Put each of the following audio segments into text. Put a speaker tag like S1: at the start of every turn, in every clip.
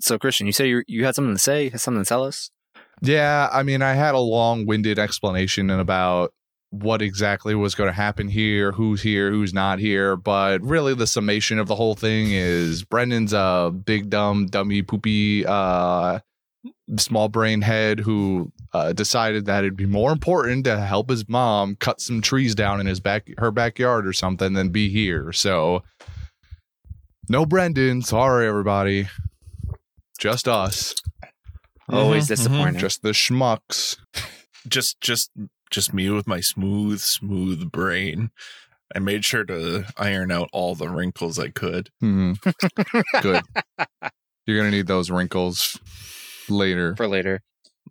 S1: So, Christian, you say you, you had something to say, you had something to tell us?
S2: Yeah, I mean, I had a long winded explanation about what exactly was going to happen here, who's here, who's not here. But really, the summation of the whole thing is Brendan's a big, dumb, dummy, poopy, uh, small brain head who uh, decided that it'd be more important to help his mom cut some trees down in his back her backyard or something than be here. So, no Brendan. Sorry, everybody. Just us.
S1: Always
S3: Mhm, mhm.
S1: disappointing.
S2: Just the schmucks.
S3: just just just me with my smooth smooth brain i made sure to iron out all the wrinkles i could
S2: Hmm. Good. You're gonna need those wrinkles later.
S1: For later.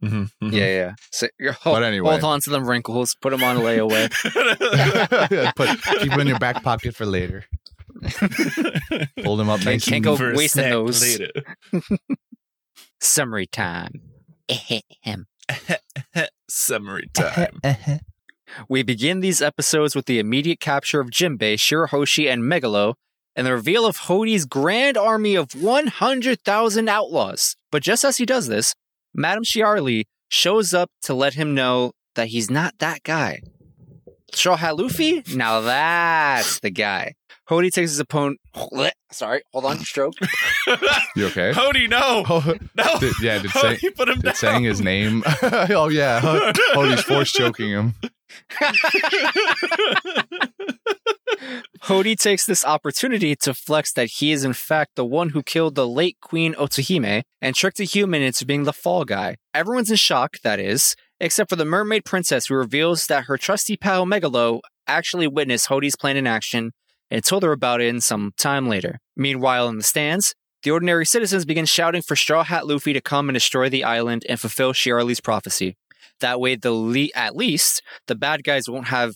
S3: Mhm,
S2: Mm-hmm,
S3: mhm.
S1: Yeah, yeah. So, you're, hold,
S2: But anyway.
S1: hold on to them wrinkles, put them on layaway.
S2: Yeah, Put, keep them in your back pocket for later. Fold them up
S1: Can't-
S2: nice.
S1: can't
S2: and-
S1: go
S3: For a
S1: wasting
S3: snack
S1: those.
S3: later.
S1: Summary time. Ahem.
S3: summary time
S1: We begin these episodes with the immediate capture of Jinbei, Shirahoshi, and Megalo, and the reveal of Hodi's grand army of 100,000 outlaws. But just as he does this, Madame Shiarli shows up to let him know that he's not that guy. Shoha Luffy? Now that's the guy. Hodi takes his opponent. Sorry, hold on, stroke.
S2: You okay?
S3: Cody, no
S2: Oh,
S3: no
S2: did- yeah, did
S3: Cody,
S2: say,
S3: put him down.
S2: did saying his name. oh yeah, Ho- Hody's force choking him.
S1: Hodi takes this opportunity to flex that he is in fact the one who killed the late Queen Otsuhime and tricked a human into being the fall guy. Everyone's in shock, that is, except for the mermaid princess who reveals that her trusty pal Megalo actually witnessed Hodi's plan in action and told her about it in some time later. Meanwhile, in the stands, the ordinary citizens begin shouting for Straw Hat Luffy to come and destroy the island and fulfill Shirley's prophecy. That way, the le- at least the bad guys won't have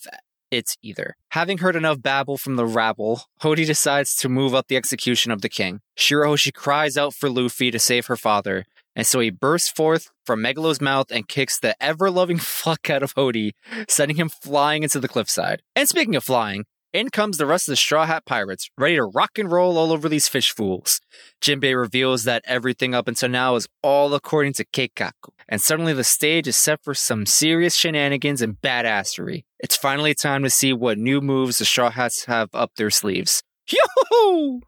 S1: it's either. Having heard enough babble from the rabble, Hodi decides to move up the execution of the king. Shirahoshi cries out for Luffy to save her father, and so he bursts forth from Megalo's mouth and kicks the ever loving fuck out of Hodi, sending him flying into the cliffside. And speaking of flying, in comes the rest of the Straw Hat Pirates, ready to rock and roll all over these fish fools. Jinbei reveals that everything up until now is all according to Keikaku, and suddenly the stage is set for some serious shenanigans and badassery. It's finally time to see what new moves the Straw Hats have up their sleeves. Yoo-hoo!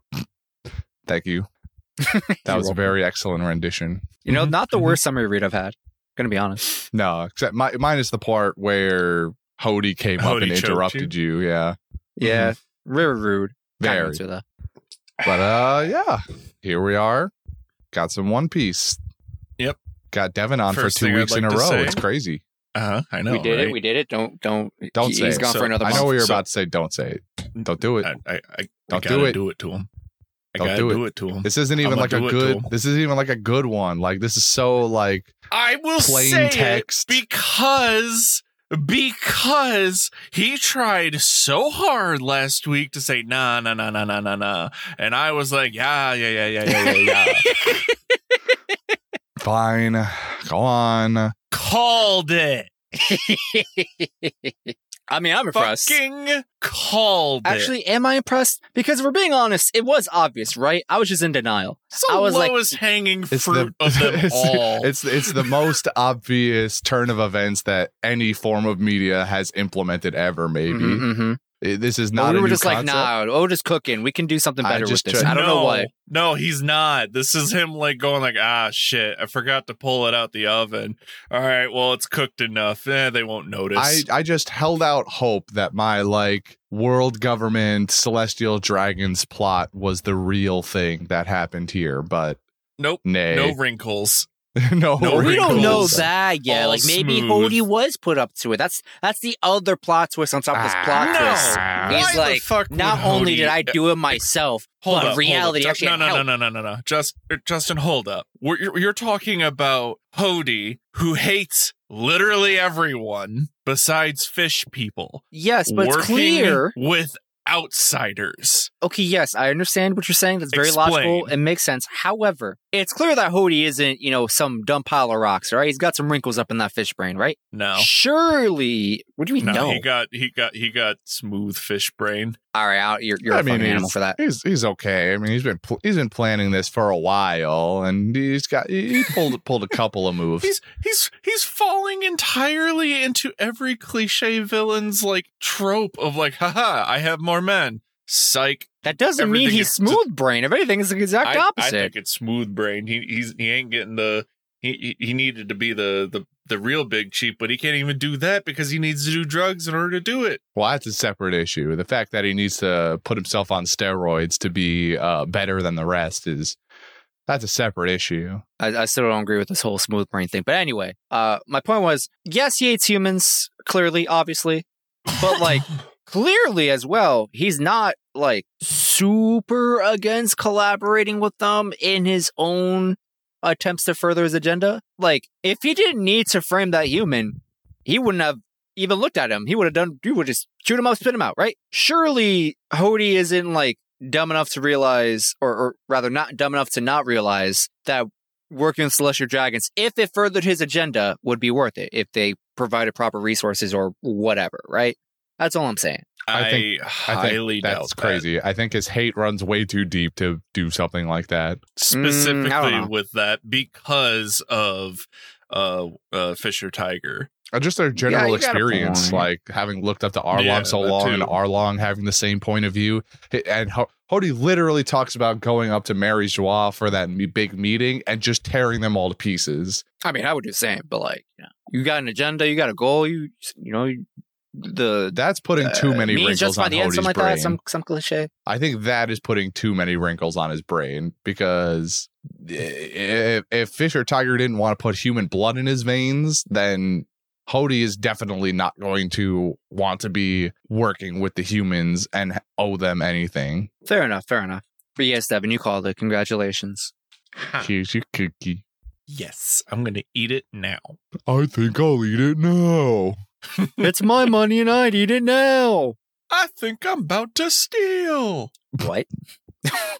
S2: Thank you. That
S1: You're
S2: was a
S1: welcome.
S2: very excellent rendition.
S1: You know,
S3: Mhm,
S1: not the
S2: mm-hmm.
S3: mhm.
S1: worst summary read I've had. Gonna be honest.
S2: No, except mi- minus the part where Hody came up
S3: Hody
S2: and
S3: choked
S2: interrupted you. Yeah,
S1: Yeah, very rude. Kinda
S2: Mm-hmm. very.
S1: into the-
S2: But uh, yeah, here we are. Got some One Piece.
S3: Yep.
S2: Got Devin on
S3: First
S2: for
S3: thing
S2: two
S3: I'd
S2: weeks in a
S3: like to
S2: row.
S3: say-
S2: It's crazy.
S3: uh-huh i know
S1: we did
S3: right?
S1: it. We did it. Don't don't
S2: Don't
S1: he,
S2: say
S1: He's
S2: it.
S1: gone
S3: So,
S1: for another.
S2: I
S1: month.
S2: know what you're
S3: So-
S2: about to say. Don't say it. Don't do it.
S3: I, I, I, I
S2: Don't
S3: gotta
S2: do
S3: do
S2: it.
S3: it. to him. I
S2: Don't
S3: gotta
S2: do
S3: do
S2: it.
S3: it. to him.
S2: This isn't even
S3: I'ma
S2: like a
S3: do it to
S2: good.
S3: him.
S2: This isn't even like a good one. Like this is so like
S3: I will
S2: Plain
S3: say it
S2: text.
S3: because because he tried so hard last week to say nah nah nah nah nah nah nah, and I was like yeah yeah yeah yeah yeah yeah yeah.
S2: fine. Go on.
S3: called it.
S1: I mean, I'm impressed.
S3: Fucking called it.
S1: Actually, am I impressed? Because if we're being honest, it was obvious, right? I was just in denial.
S3: It's the
S1: I was like-
S3: lowest hanging
S2: It's
S3: fruit
S2: the
S3: of them
S2: it's,
S3: all.
S2: it's it's the most obvious turn of events that any form of media has implemented ever. Maybe
S1: Mhm, mhm.
S2: It- this is
S1: But
S2: not.
S1: we
S2: a
S1: were
S2: new
S1: just
S2: concept.
S1: like, nah, Oda's cooking. We can do something
S2: I
S1: better with
S2: just
S1: this.
S2: tried-
S1: I don't know
S3: No.
S1: what.
S3: No, he's not. This is him like going like, ah, shit, I forgot to pull it out the oven. All right, well, it's cooked enough. Eh, they won't notice.
S2: I, I just held out hope that my like world government celestial dragons plot was the real thing that happened here, but
S3: nope.
S2: nay,
S3: No wrinkles.
S2: no,
S3: no
S1: we don't know
S3: wrinkles.
S1: that yet.
S3: All
S1: like maybe
S3: smooth.
S1: Odie was put up to it. That's that's the other plot twist on top of this plot
S3: Ah, no.
S1: twist.
S2: Ah,
S3: Why
S1: He's
S3: the
S1: like,
S3: fuck would
S1: not only did
S3: Hody-
S1: I do it myself,
S3: Hold
S1: but
S3: up, hold
S1: reality
S3: up.
S1: actually
S3: no, no,
S1: helped.
S3: no, no, no, no, no. Just er, Justin, hold up. We're, you're, you're talking about Hody, who hates literally everyone besides fish people.
S1: Yes, but it's
S3: working
S1: clear.
S3: with outsiders.
S1: Okay, yes, I understand what you're saying. That's very
S3: Explain.
S1: logical. It makes sense. However, It's clear that Hody isn't, you know, some dumb pile of rocks, all right? He's got some wrinkles up in that fish brain, right?
S3: No.
S1: Surely. What do you mean,
S3: No,
S1: no?
S3: he got he got he got smooth fish brain.
S1: all right, I'll- you're, you're
S2: I
S1: a
S2: mean,
S1: fucking animal
S2: he's-
S1: for that.
S2: He's he's okay. I mean, he's been pl- he's been planning this for a while, and he's got he he pulled pulled a couple of moves.
S3: He's he's he's falling entirely into every cliche villain's like trope of like, haha, I have more men. Psych.
S1: That doesn't mean
S3: everything
S1: he's
S3: is-
S1: smooth brain. If anything, it's the exact
S3: I, I
S1: opposite.
S3: think it's smooth brain. He he's he ain't getting the he he he needed to be the the the real big chief, but he can't even do that because he needs to do drugs in order to do it.
S2: Well, that's a separate issue. The fact that he needs to put himself on steroids to be uh, better than the rest is that's a separate issue.
S1: I, I still don't agree with this whole smooth brain thing. But anyway, uh, my point was yes, he hates humans, clearly, obviously. But like, clearly as well, he's not like super against collaborating with them in his own attempts to further his agenda. Like, if he didn't need to frame that human, he wouldn't have even looked at him. He would have done, he would just shoot him up, spit him out, right? Surely Hody isn't like dumb enough to realize, or, or rather, not dumb enough to not realize that working with Celestial Dragons, if it furthered his agenda, would be worth it if they provided proper resources or whatever, right? That's all I'm saying.
S2: I
S3: I,
S2: think- I
S3: highly
S2: think that's
S3: doubt that.
S2: crazy. Mm, I think his hate runs way too deep to do something like that.
S3: specifically
S1: know.
S3: with that because of uh, uh Fisher Tiger.
S2: Uh, Just their general
S1: you got a
S2: experience,
S1: point.
S2: like having looked up to Arlong
S3: Yeah,
S2: so
S3: that
S2: long, and
S3: too.
S2: Arlong having the same point of view, H- and Ho- Hody literally talks about going up to Mary Joie for that me- big meeting and just tearing them all to pieces.
S1: I mean, I would do the same, but like, you, know, you got an agenda, you got a goal, you you know, you- the
S2: That's putting too
S1: uh,
S2: many
S1: means
S2: wrinkles
S1: justify
S2: on
S1: the end,
S2: Hody's
S1: something like
S2: brain.
S1: that, some some cliche.
S2: I think that is putting too many wrinkles on his brain because if, if Fisher Tiger didn't want to put human blood in his veins, then Hody is definitely not going to want to be working with the humans and owe them anything.
S1: Fair enough, fair enough. But yes, Devin, you called it. Congratulations.
S2: Here's your cookie.
S3: Yes, I'm gonna eat it now.
S2: I think I'll eat it now.
S1: it's my money and I'd eat it now.
S3: I think I'm about to steal.
S1: What?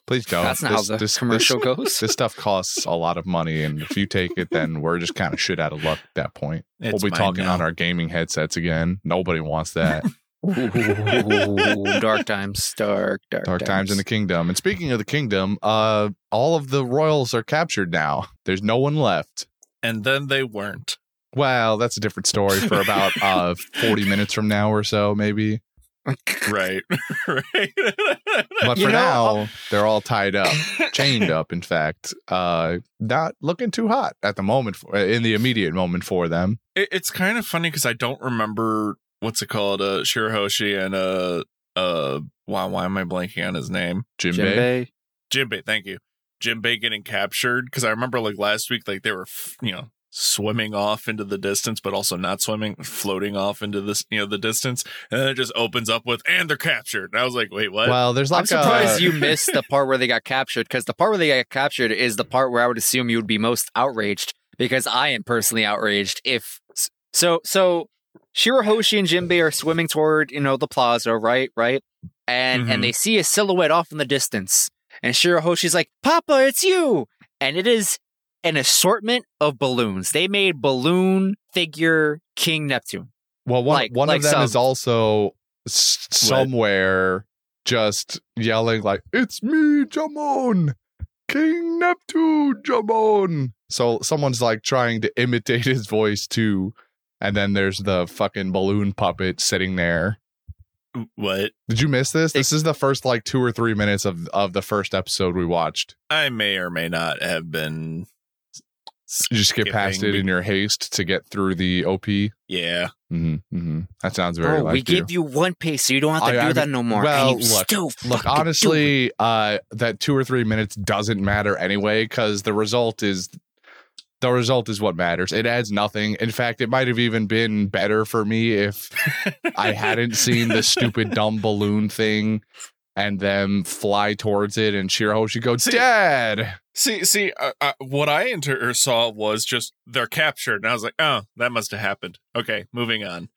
S2: Please don't.
S1: That's not how the commercial goes.
S2: This stuff costs a lot of money, and if you take it, then we're just kind of shit out of luck at that point.
S3: It's
S2: we'll be
S3: mine
S2: talking
S3: now.
S2: on our gaming headsets again. Nobody wants that.
S1: Ooh, dark times, dark, dark,
S2: Dark times in the kingdom. And speaking of the kingdom, uh, all of the royals are captured now. There's no one left.
S3: and then they weren't.
S2: Well, that's a different story for about uh 40 minutes from now or so, maybe.
S3: Right. right.
S2: But
S1: You
S2: for
S1: know,
S2: now, they're all tied up, chained up. In fact, uh, not looking too hot at the moment for, in the immediate moment for them.
S3: It, it's kind of funny because I don't remember what's it called, uh Shirahoshi and uh uh wow, why am I blanking on his name?
S1: Jinbei.
S2: Jinbei.
S3: Jinbei, thank you. Jinbei getting captured because I remember like last week, like they were, f- you know, swimming off into the distance, but also not swimming, floating off into this, you know, the distance, and then it just opens up with, and they're captured. And I was like, wait, what?
S2: Well, there's like uh,
S1: I'm surprised
S2: a,
S1: you missed the part where they got captured because the part where they got captured is the part where I would assume you would be most outraged because I am personally outraged if so. So Shirahoshi and Jinbei are swimming toward you know the plaza, right, right, and
S2: Mm-hmm.
S3: Mhm.
S1: and they see a silhouette off in the distance, and Shirahoshi's like, "Papa, it's you!" and it is an assortment of balloons. They made balloon figure King Neptune.
S2: Well, one
S1: Like-
S2: one
S1: like
S2: of them
S1: some-
S2: is also s- somewhere just yelling like "It's me, Jamon, King Neptune, Jamon." So someone's like trying to imitate his voice too, and then there's the fucking balloon puppet sitting there.
S3: what?
S2: Did you miss this? This is the first like two or three minutes of of the first episode we watched.
S3: I may or may not have been.
S2: You just get past
S3: Skipping
S2: it
S3: be-
S2: in your haste to get through the OP.
S3: Yeah.
S2: hmm hmm That sounds very.
S1: Bro,
S2: like
S1: "Oh, we
S2: you.
S1: give you one piece, so you don't have to
S2: I-
S1: do
S2: I
S1: that
S2: mean-
S1: no more.
S2: well,
S1: and you
S2: look-
S1: still
S2: Look,
S1: fucking do it.
S2: honestly, uh, that two or three minutes doesn't matter anyway because the result is the result is what matters. It adds nothing. In fact, it might have even been better for me if I hadn't seen the stupid dumb balloon thing and them fly towards it and Shirahoshi go,
S3: See-
S2: "Dad."
S3: See, see, uh, uh, what I inter- or saw was just they're captured, and I was like, oh, that must have happened. Okay, moving on.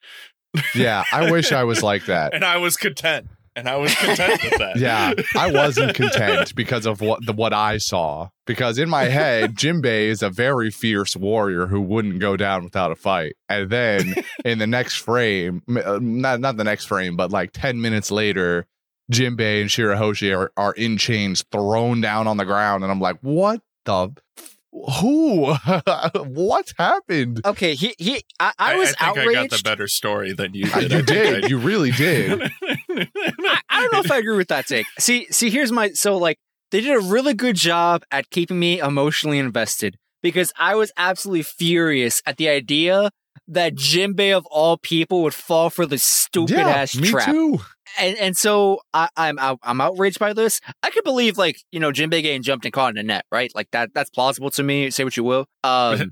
S2: Yeah, I wish I was like that.
S3: And I was content. and I was content with that.
S2: Yeah, I wasn't content because of what the, what I saw. Because in my head, Jinbei is a very fierce warrior who wouldn't go down without a fight. And then in the next frame, m- uh, not not the next frame, but like ten minutes later, Jinbei and Shirahoshi are, are in chains, thrown down on the ground, and I'm like, what the. f- Who? what happened?
S1: Okay, he he. I, I was
S3: I think I got
S1: outraged.
S3: the better story than you
S2: Uh,
S3: did.
S2: You did. You really did.
S1: I, I don't know if I agree with that take. See, see, here's my so like they did a really good job at keeping me emotionally invested because I was absolutely furious at the idea that Jinbei of all people would fall for this stupid ass
S2: me
S1: trap.
S2: too.
S1: And and so I, I'm out- I'm outraged by this. I could believe like you know Jinbei getting jumped and caught in a net, right? Like that that's plausible to me. Say what you will. Um,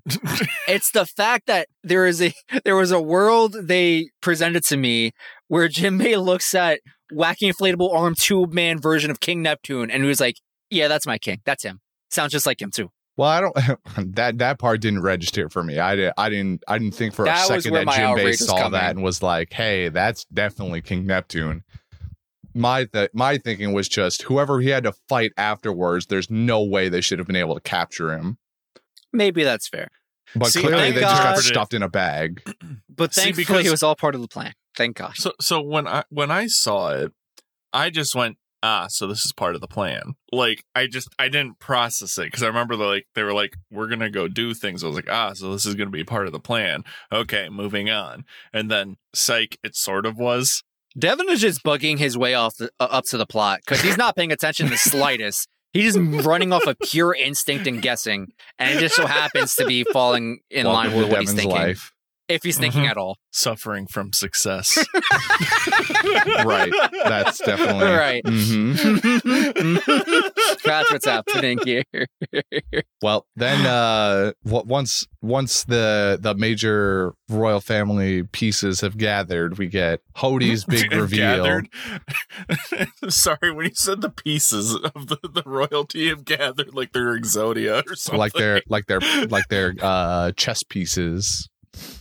S1: it's the fact that there is a there was a world they presented to me where Jim May looks at wacky inflatable arm tube man version of King Neptune and he was like, Yeah, that's my king. That's him. Sounds just like him too.
S2: Well, I don't. That that part didn't register for me. I did. I didn't. I didn't think for
S1: That was
S2: a second
S1: where
S2: that
S1: my outrage
S2: Jinbei
S1: was
S2: saw
S1: coming.
S2: that and was like, "Hey, that's definitely King Neptune." My th- my thinking was just whoever he had to fight afterwards. There's no way they should have been able to capture him.
S1: Maybe that's fair.
S2: But
S3: See,
S2: clearly,
S1: thank
S2: they just got
S1: God.
S2: stuffed in a bag.
S1: But
S3: See,
S1: thankfully
S3: because-
S1: it was all part of the plan. Thank God.
S3: So so when I when I saw it, I just went, ah, so this is part of the plan. Like I just I didn't process it because I remember they're like they were like, we're gonna go do things. I was like, ah, so this is gonna be part of the plan. Okay, moving on. And then psych, it sort of was.
S1: Devin is just bugging his way off the, uh, up to the plot because he's not paying attention the slightest. He's just running off of pure instinct and guessing, and it just so happens to be falling in
S2: Welcome
S1: line with
S2: to
S1: what he's
S2: Devin's
S1: thinking,
S2: life. Mm-hmm.
S1: if he's thinking
S3: Mhm.
S1: at all.
S3: Suffering from success.
S2: Right. That's definitely
S1: Right.
S2: Mhm.
S1: That's what's happening here.
S2: Well, then uh wa- once once the the major royal family pieces have gathered, we get Hodie's big reveal.
S3: Gathered. Sorry, when you said the pieces of the, the royalty have gathered, like they're Exodia or something.
S2: Like their like their like their uh chess pieces.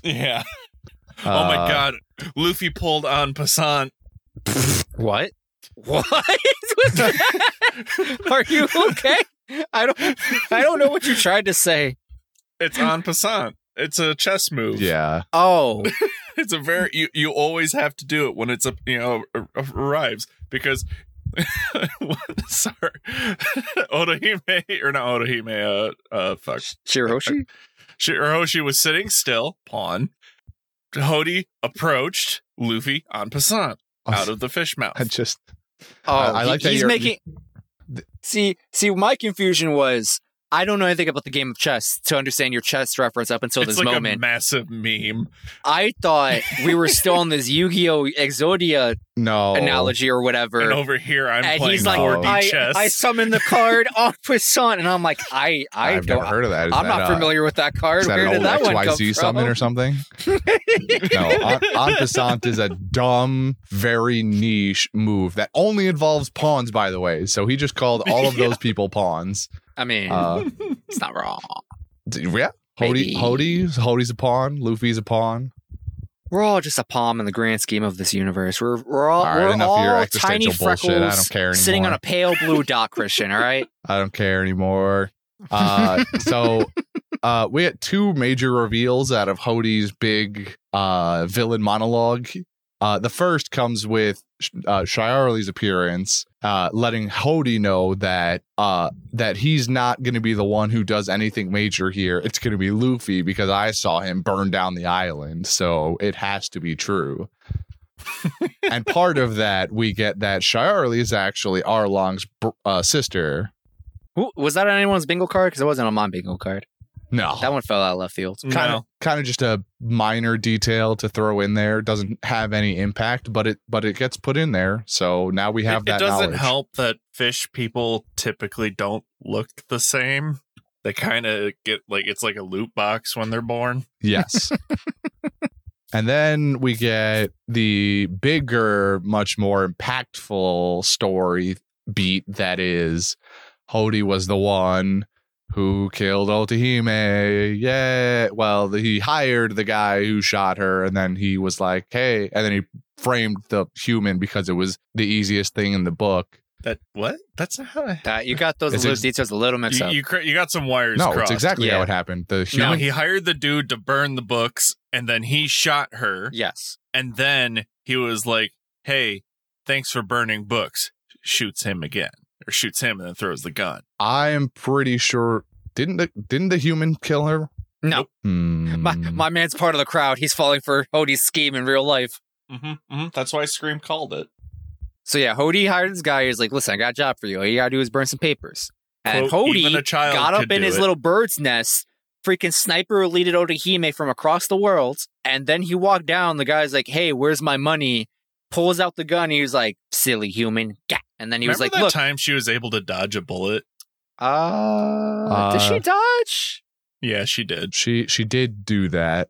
S3: yeah. oh my
S2: Uh,
S3: god, Luffy pulled on Passant.
S1: What? What? was that? Are you okay? I don't. I don't know what you tried to say.
S3: It's on Passant. It's a chess move.
S2: Yeah.
S1: Oh,
S3: It's a very you, you always have to do it when it's a you know a- a- arrives because what- sorry Otohime or not Otohime uh uh fuck
S1: Shiroshi.
S3: Shirohoshi was sitting still pawn Hody approached Luffy on Passant out of the fish mouth.
S2: I just
S1: Oh,
S2: I- I like that
S1: he's
S2: you're-
S1: making. See, see, my confusion was I don't know anything about the game of chess to understand your chess reference up until
S3: it's
S1: this
S3: like a
S1: moment.
S3: massive meme.
S1: I thought we were still on this Yu-Gi-Oh Exodia Oh.
S2: no
S1: analogy or whatever.
S3: and over here I'm
S1: and
S3: playing
S1: he's like,
S3: 4D
S1: I,
S3: chess.
S1: I summon the card on Poisson, and I'm like, I, I
S2: I've
S1: don't,
S2: never heard of that. Is
S1: I'm
S2: that,
S1: not
S2: uh,
S1: familiar with that card.
S2: Is that
S1: Where
S2: an
S1: did
S2: old
S1: that one come
S2: XYZ summon
S1: from?
S2: or something? no, en, en passant is a dumb, very niche move that only involves pawns, by the way. So he just called all of those people pawns.
S1: I mean,
S2: Uh,
S1: it's not wrong.
S2: D- Yeah. Hody,
S1: Maybe.
S2: Hody, Hody's a pawn. Luffy's a pawn.
S1: We're all just a palm in the grand scheme of this universe. We're we're all,
S2: All right,
S1: we're
S2: enough of your
S1: all
S2: existential
S1: tiny freckles
S2: bullshit. I don't care
S1: sitting on
S2: anymore.
S1: a pale blue dot, Christian. All right,
S2: I don't care anymore. Uh, so uh, we had two major reveals out of Hody's big uh, villain monologue. Uh, the first comes with uh, Shiarli's appearance, uh, letting Hody know that uh, that he's not going to be the one who does anything major here. It's going to be Luffy because I saw him burn down the island, so it has to be true. and part of that, we get that Shiarli is actually Arlong's br- uh, sister.
S1: Who, was that on anyone's bingo card? Because it wasn't on my bingo card.
S2: No,
S1: That one fell out of left field.
S2: kind
S3: No.
S2: of kind of just a minor detail to throw in there doesn't have any impact but it but it gets put in there so now we have
S3: it,
S2: that
S3: it doesn't
S2: knowledge.
S3: help that fish people typically don't look the same they kind of get like it's like a loot box when they're born
S2: yes and then we get the bigger much more impactful story beat that is Hody was the one who killed Otohime. Yeah. Well, the, he hired the guy who shot her, and then he was like, hey, and then he framed the human because it was the easiest thing in the book.
S3: That what? That's not how. I,
S1: Uh, you got those
S2: It's
S1: little
S2: ex-
S1: details a little mixed
S3: you,
S1: up.
S3: you, cra- you got some wires.
S2: no, it's
S3: crossed.
S2: exactly
S1: Yeah.
S2: how it happened. The
S3: No,
S2: human.
S3: he hired the dude to burn the books, and then he shot her,
S1: yes.
S3: and then he was like, "Hey, thanks for burning books." Shoots him again, or shoots him, and then throws the gun.
S2: I am pretty sure didn't the, didn't the human kill her?
S1: No.
S3: Nope.
S2: Hmm.
S1: My, my man's part of the crowd. He's falling for Hodie's scheme in real life.
S3: Mm-hmm, mm-hmm. That's why Scream called it.
S1: So yeah, Hody hired this guy. He's like, listen, I got a job for you. All you gotta do is burn some papers. And
S3: Quote,
S1: Hody
S3: even a child
S1: got up
S3: could
S1: in
S3: do
S1: his
S3: it.
S1: little bird's nest, freaking sniper eluded Otahime from across the world, and then he walked down. The guy's like, hey, where's my money? Pulls out the gun. He was like, silly human. Gah. And then he
S3: Remember
S1: was
S3: that
S1: like, look,
S3: time she was able to dodge a bullet?
S1: uh, did she
S2: Uh,
S1: dodge?
S3: Yeah, she did.
S2: She she did do that.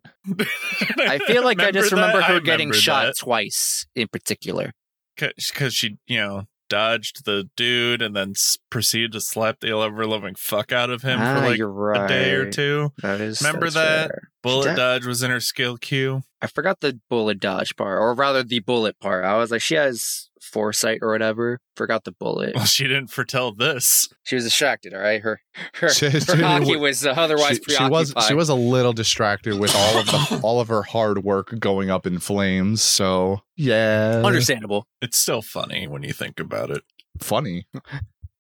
S1: I feel like I just remember her getting shot
S3: shot
S1: twice in particular.
S3: because she, you know, dodged the dude and then s- proceeded to slap the ever-loving fuck out of him
S1: Ah,
S3: for like
S1: you're
S3: a
S1: right.
S3: day or two.
S1: That is.
S3: Remember
S1: that's
S3: that?
S1: fair.
S3: Bullet
S1: did.
S3: dodge was in her skill queue.
S1: I forgot the bullet dodge part, or rather the bullet part. I was like, she has foresight or whatever. Forgot the bullet.
S3: Well, she didn't foretell this.
S1: She was distracted. All right, her her,
S2: She-
S1: her
S2: she-
S1: hockey was uh, otherwise
S2: she, she
S1: preoccupied.
S2: was she was a little distracted with all of the all of her hard work going up in flames. So yeah,
S1: understandable.
S3: It's still funny when you think about it.
S2: funny.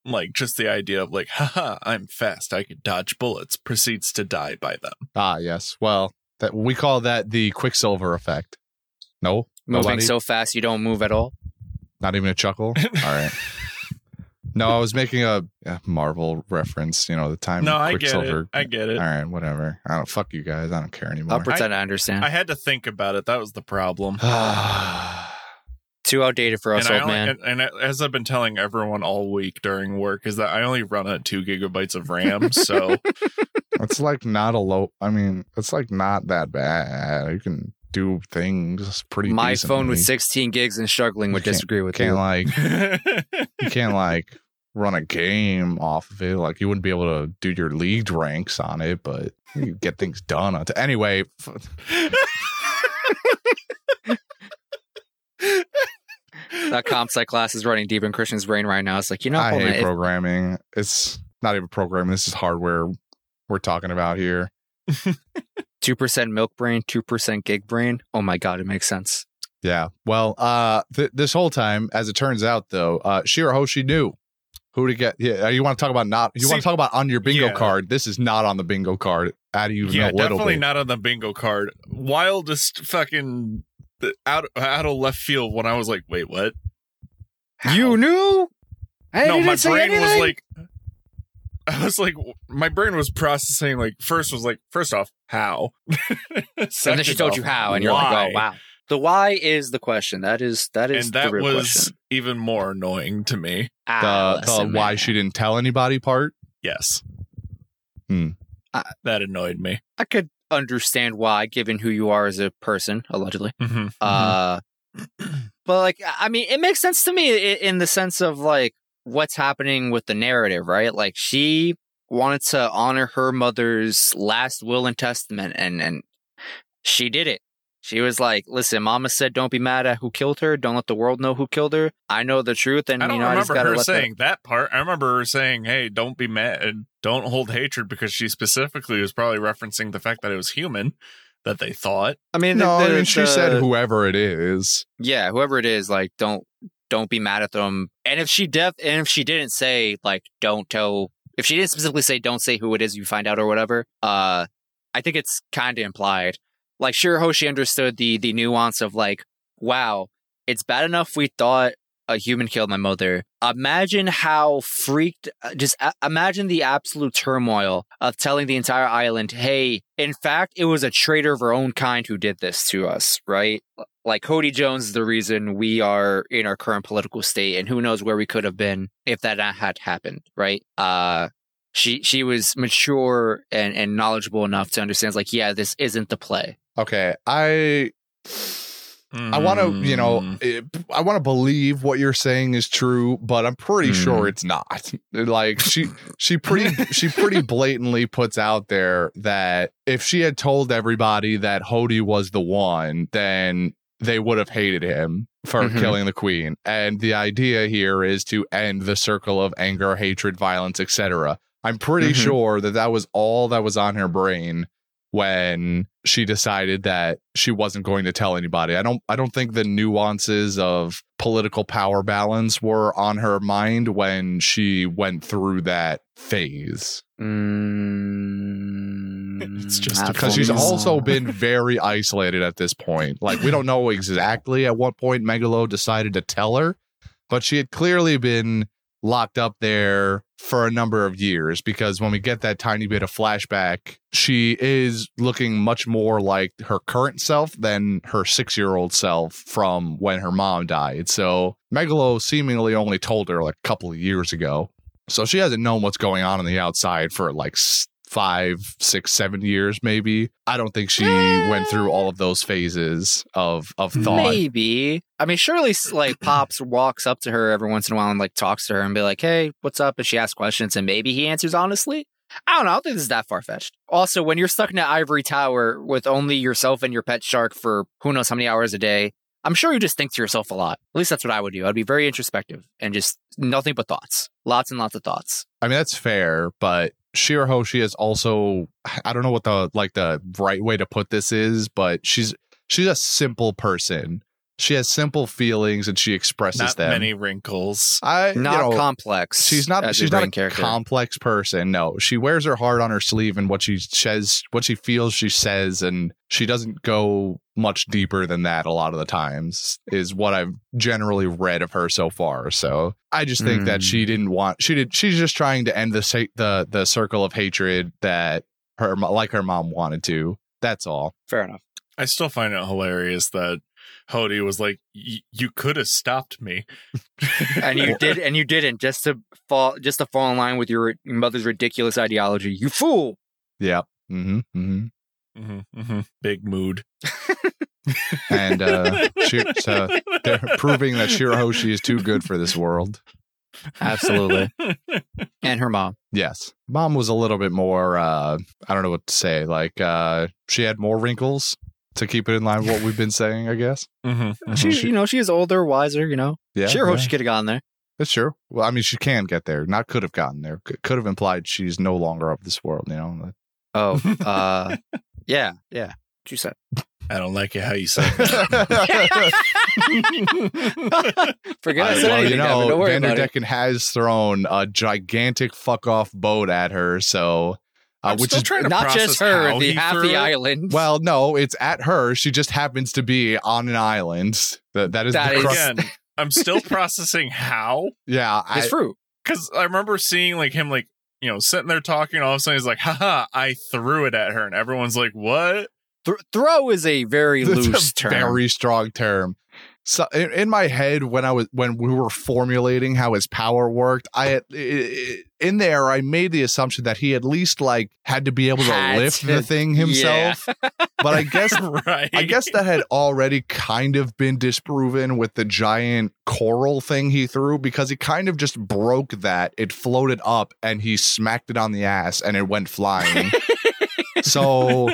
S3: Like just the idea of like, haha, I'm fast. I could dodge bullets. Proceeds to die by them.
S2: Ah yes, well that we call that the Quicksilver effect. No,
S1: Moving
S2: Nobody-
S1: so fast, you don't move at all.
S2: not even a chuckle. All right. No, I was making a, a Marvel reference. You know the time
S3: no, I get it.
S2: Quicksilver.
S3: I get it.
S2: All right, whatever. I don't fuck you guys. I don't care
S1: I'll
S2: anymore.
S1: pretend I, understand.
S3: I had to think about it. That was the problem.
S2: Ah.
S1: Too outdated for us,
S3: and I
S1: old
S3: only-
S1: man.
S3: And, and as I've been telling everyone all week during work, is that I only run at two gigabytes of RAM. So
S2: it's like not a low. I mean, it's like not that bad. You can do things pretty.
S1: My phone with
S2: decently.
S1: 16 gigs and struggling would
S2: Can't-
S1: disagree with
S2: can't
S1: you.
S2: like
S3: yeah,
S2: you can't like run a game off of it. Like you wouldn't be able to do your league ranks on it, but you can get things done. On t- anyway, f-
S1: That comp psych class is running deep in Christian's brain right now. It's like you know,
S2: I
S1: hold on,
S2: hate
S1: if-
S2: programming. It's not even programming. This is hardware we're talking about here.
S1: two percent milk brain, two percent gig brain. Oh my god, it makes sense.
S2: Yeah. Well, uh, th- this whole time, as it turns out, though, uh, Shirahoshi knew who to get. Yeah, you want to talk about not? You want
S3: See-
S2: to talk about on your bingo
S3: Yeah.
S2: card? This is not on the bingo card. Out of you even a little
S3: definitely
S2: bit.
S3: not on the bingo card. Wildest fucking out out of left field when I was like, wait, what? How?
S1: knew? I
S3: no, my brain was like, I was like, my brain was processing. Like, first was like, first off, how?
S1: and then she told you how, and you're like, oh wow. The why is the question. That is that is
S3: and
S1: the
S3: that
S1: real
S3: was
S1: question.
S3: even more annoying to me.
S1: Ah,
S2: the, the
S1: listen,
S2: why
S1: man.
S2: she didn't tell anybody part.
S3: Yes,
S2: Hmm.
S1: Uh,
S3: that annoyed me.
S1: I could understand why, given who you are as a person, allegedly.
S3: Mhm,
S1: Uh, but like, I- I mean, it makes sense to me i- in the sense of like what's happening with the narrative, right? Like she wanted to honor her mother's last will and testament, and and she did it. She was like, "Listen, Mama said, don't be mad at who killed her. Don't let the world know who killed her. I know the truth,
S2: Mm-hmm.
S1: and
S3: I don't
S1: you know, I just
S3: remember
S1: gotta
S3: her
S1: let the-
S3: saying that part. I remember her saying, "Hey, don't be mad, and don't hold hatred," because she specifically was probably referencing the fact that it was human that they thought.
S1: I mean,
S2: No,
S1: the-
S2: I mean
S1: the-
S2: she said
S1: the-
S2: whoever it is.
S1: yeah, whoever it is, like don't don't be mad at them. And if she def and if she didn't say like don't tell if she didn't specifically say don't say who it is you find out or whatever, uh I think it's kinda implied. Like Shirahoshi understood the the nuance of like, wow, it's bad enough we thought a human killed my mother. Imagine how freaked, uh, just a- imagine the absolute turmoil of telling the entire island, hey, in fact, it was a traitor of our own kind who did this to us, right? Like, Cody Jones is the reason we are in our current political state, and who knows where we could have been if that not had happened, right? Uh, she she was mature and, and knowledgeable enough to understand, like, yeah, this isn't the play.
S2: Okay, I I want to, you know,
S3: Mm.
S2: it, I want to believe what you're saying is true, but I'm pretty
S1: Mm.
S2: sure it's not. Like she, she pretty, she pretty blatantly puts out there that if she had told everybody that Hody was the one, then they would have hated him for
S1: Mhm.
S2: killing the queen. And the idea here is to end the circle of anger, hatred, violence, etc. I'm pretty
S1: Mhm.
S2: sure that that was all that was on her brain when she decided that she wasn't going to tell anybody. I don't I don't think the nuances of political power balance were on her mind when she went through that phase.
S1: Mm,
S3: It's just
S1: I
S3: a-
S2: Because she's
S1: don't know.
S2: also been very isolated at this point. Like, we don't know exactly at what point Megalo decided to tell her, but she had clearly been locked up there for a number of years because when we get that tiny bit of flashback, she is looking much more like her current self than her six year old self from when her mom died. So, Megalo seemingly only told her like a couple of years ago. So she hasn't known what's going on on the outside for like s- five, six, seven years, maybe. I don't think she went through all of those phases of of thought.
S1: Maybe. I mean, surely s- like Pops walks up to her every once in a while and like talks to her and be like, "Hey, what's up?" And she asks questions, and maybe he answers honestly. I don't know. I don't think this is that far fetched. Also, when you're stuck in an ivory tower with only yourself and your pet shark for who knows how many hours a day, I'm sure you just think to yourself a lot. At least that's what I would do. I'd be very introspective and just nothing but thoughts, lots and lots of thoughts.
S2: I mean, that's fair, but Shira Hoshi is also I don't know what the like the right way to put this is, but she's she's a simple person. She has simple feelings and she expresses
S3: Not
S2: them.
S3: many wrinkles.
S2: I you
S1: Not
S2: know,
S1: complex.
S2: She's not.
S1: as
S2: she's
S1: your
S2: not
S1: main
S2: a complex person. No, she wears her heart on her sleeve, and what she says, what she feels, she says, and she doesn't go much deeper than that. A lot of the times is what I've generally read of her so far. So I just think that
S1: Mm.
S2: she didn't want. She did. She's just trying to end the sa- the the circle of hatred that her mo- like her mom wanted to. That's all.
S1: Fair enough.
S3: I still find it hilarious that Hody was like, "Y- "You could have stopped me,"
S1: and you did and you didn't just to fall just to fall in line with your mother's ridiculous ideology you fool
S2: Yep. hmm hmm
S3: Mhm, mhm. big mood.
S2: And uh, she, so they're proving that Shirahoshi is too good for this world.
S1: Absolutely. and her mom
S2: Yes. Mom was a little bit more uh I don't know what to say. Like uh she had more wrinkles to keep it in line with what we've been saying, I guess.
S3: Mhm, mhm.
S1: she you know she is older wiser you know
S2: Uh-huh. Yeah.
S1: sure hope
S2: yeah.
S1: she could have gone there
S2: That's true. Well, I mean she can get there. Not could have gotten there. C- Could have implied she's no longer of this world, you know.
S1: oh uh yeah yeah what you said
S3: I don't like it how you said that.
S1: forget
S2: I-
S1: i said
S2: well, you
S1: anything, Gavin,
S2: know,
S1: don't worry about it.
S2: Vanderdecken has thrown a gigantic fuck off boat at her, so uh,
S3: I'm
S2: which
S3: still
S2: is
S3: trying to
S1: not
S3: process
S1: just her
S3: how
S1: the
S3: he
S1: half
S3: threw
S1: the
S3: it.
S1: island
S2: well, no, it's at her. She just happens to be on an island. That that is
S1: That
S2: the
S1: is-
S2: crux.
S3: Again, I'm still processing how
S2: Yeah, I-
S1: it's fruit
S3: because I remember seeing like him like you know sitting there talking. All of a sudden, he's like, "Haha!" I threw it at her, and everyone's like, "What?"
S1: Th- throw is a very
S2: That's a
S1: loose term
S2: Very strong term. So in, in my head, when I was when we were formulating how his power worked, I had, i- i- in there I made the assumption that he at least like had to be able to
S1: Had
S2: lift
S1: to-
S2: the thing himself. But I guess
S3: right.
S2: I guess that had already kind of been disproven with the giant coral thing he threw because he kind of just broke that. It floated up and he smacked it on the ass and it went flying. so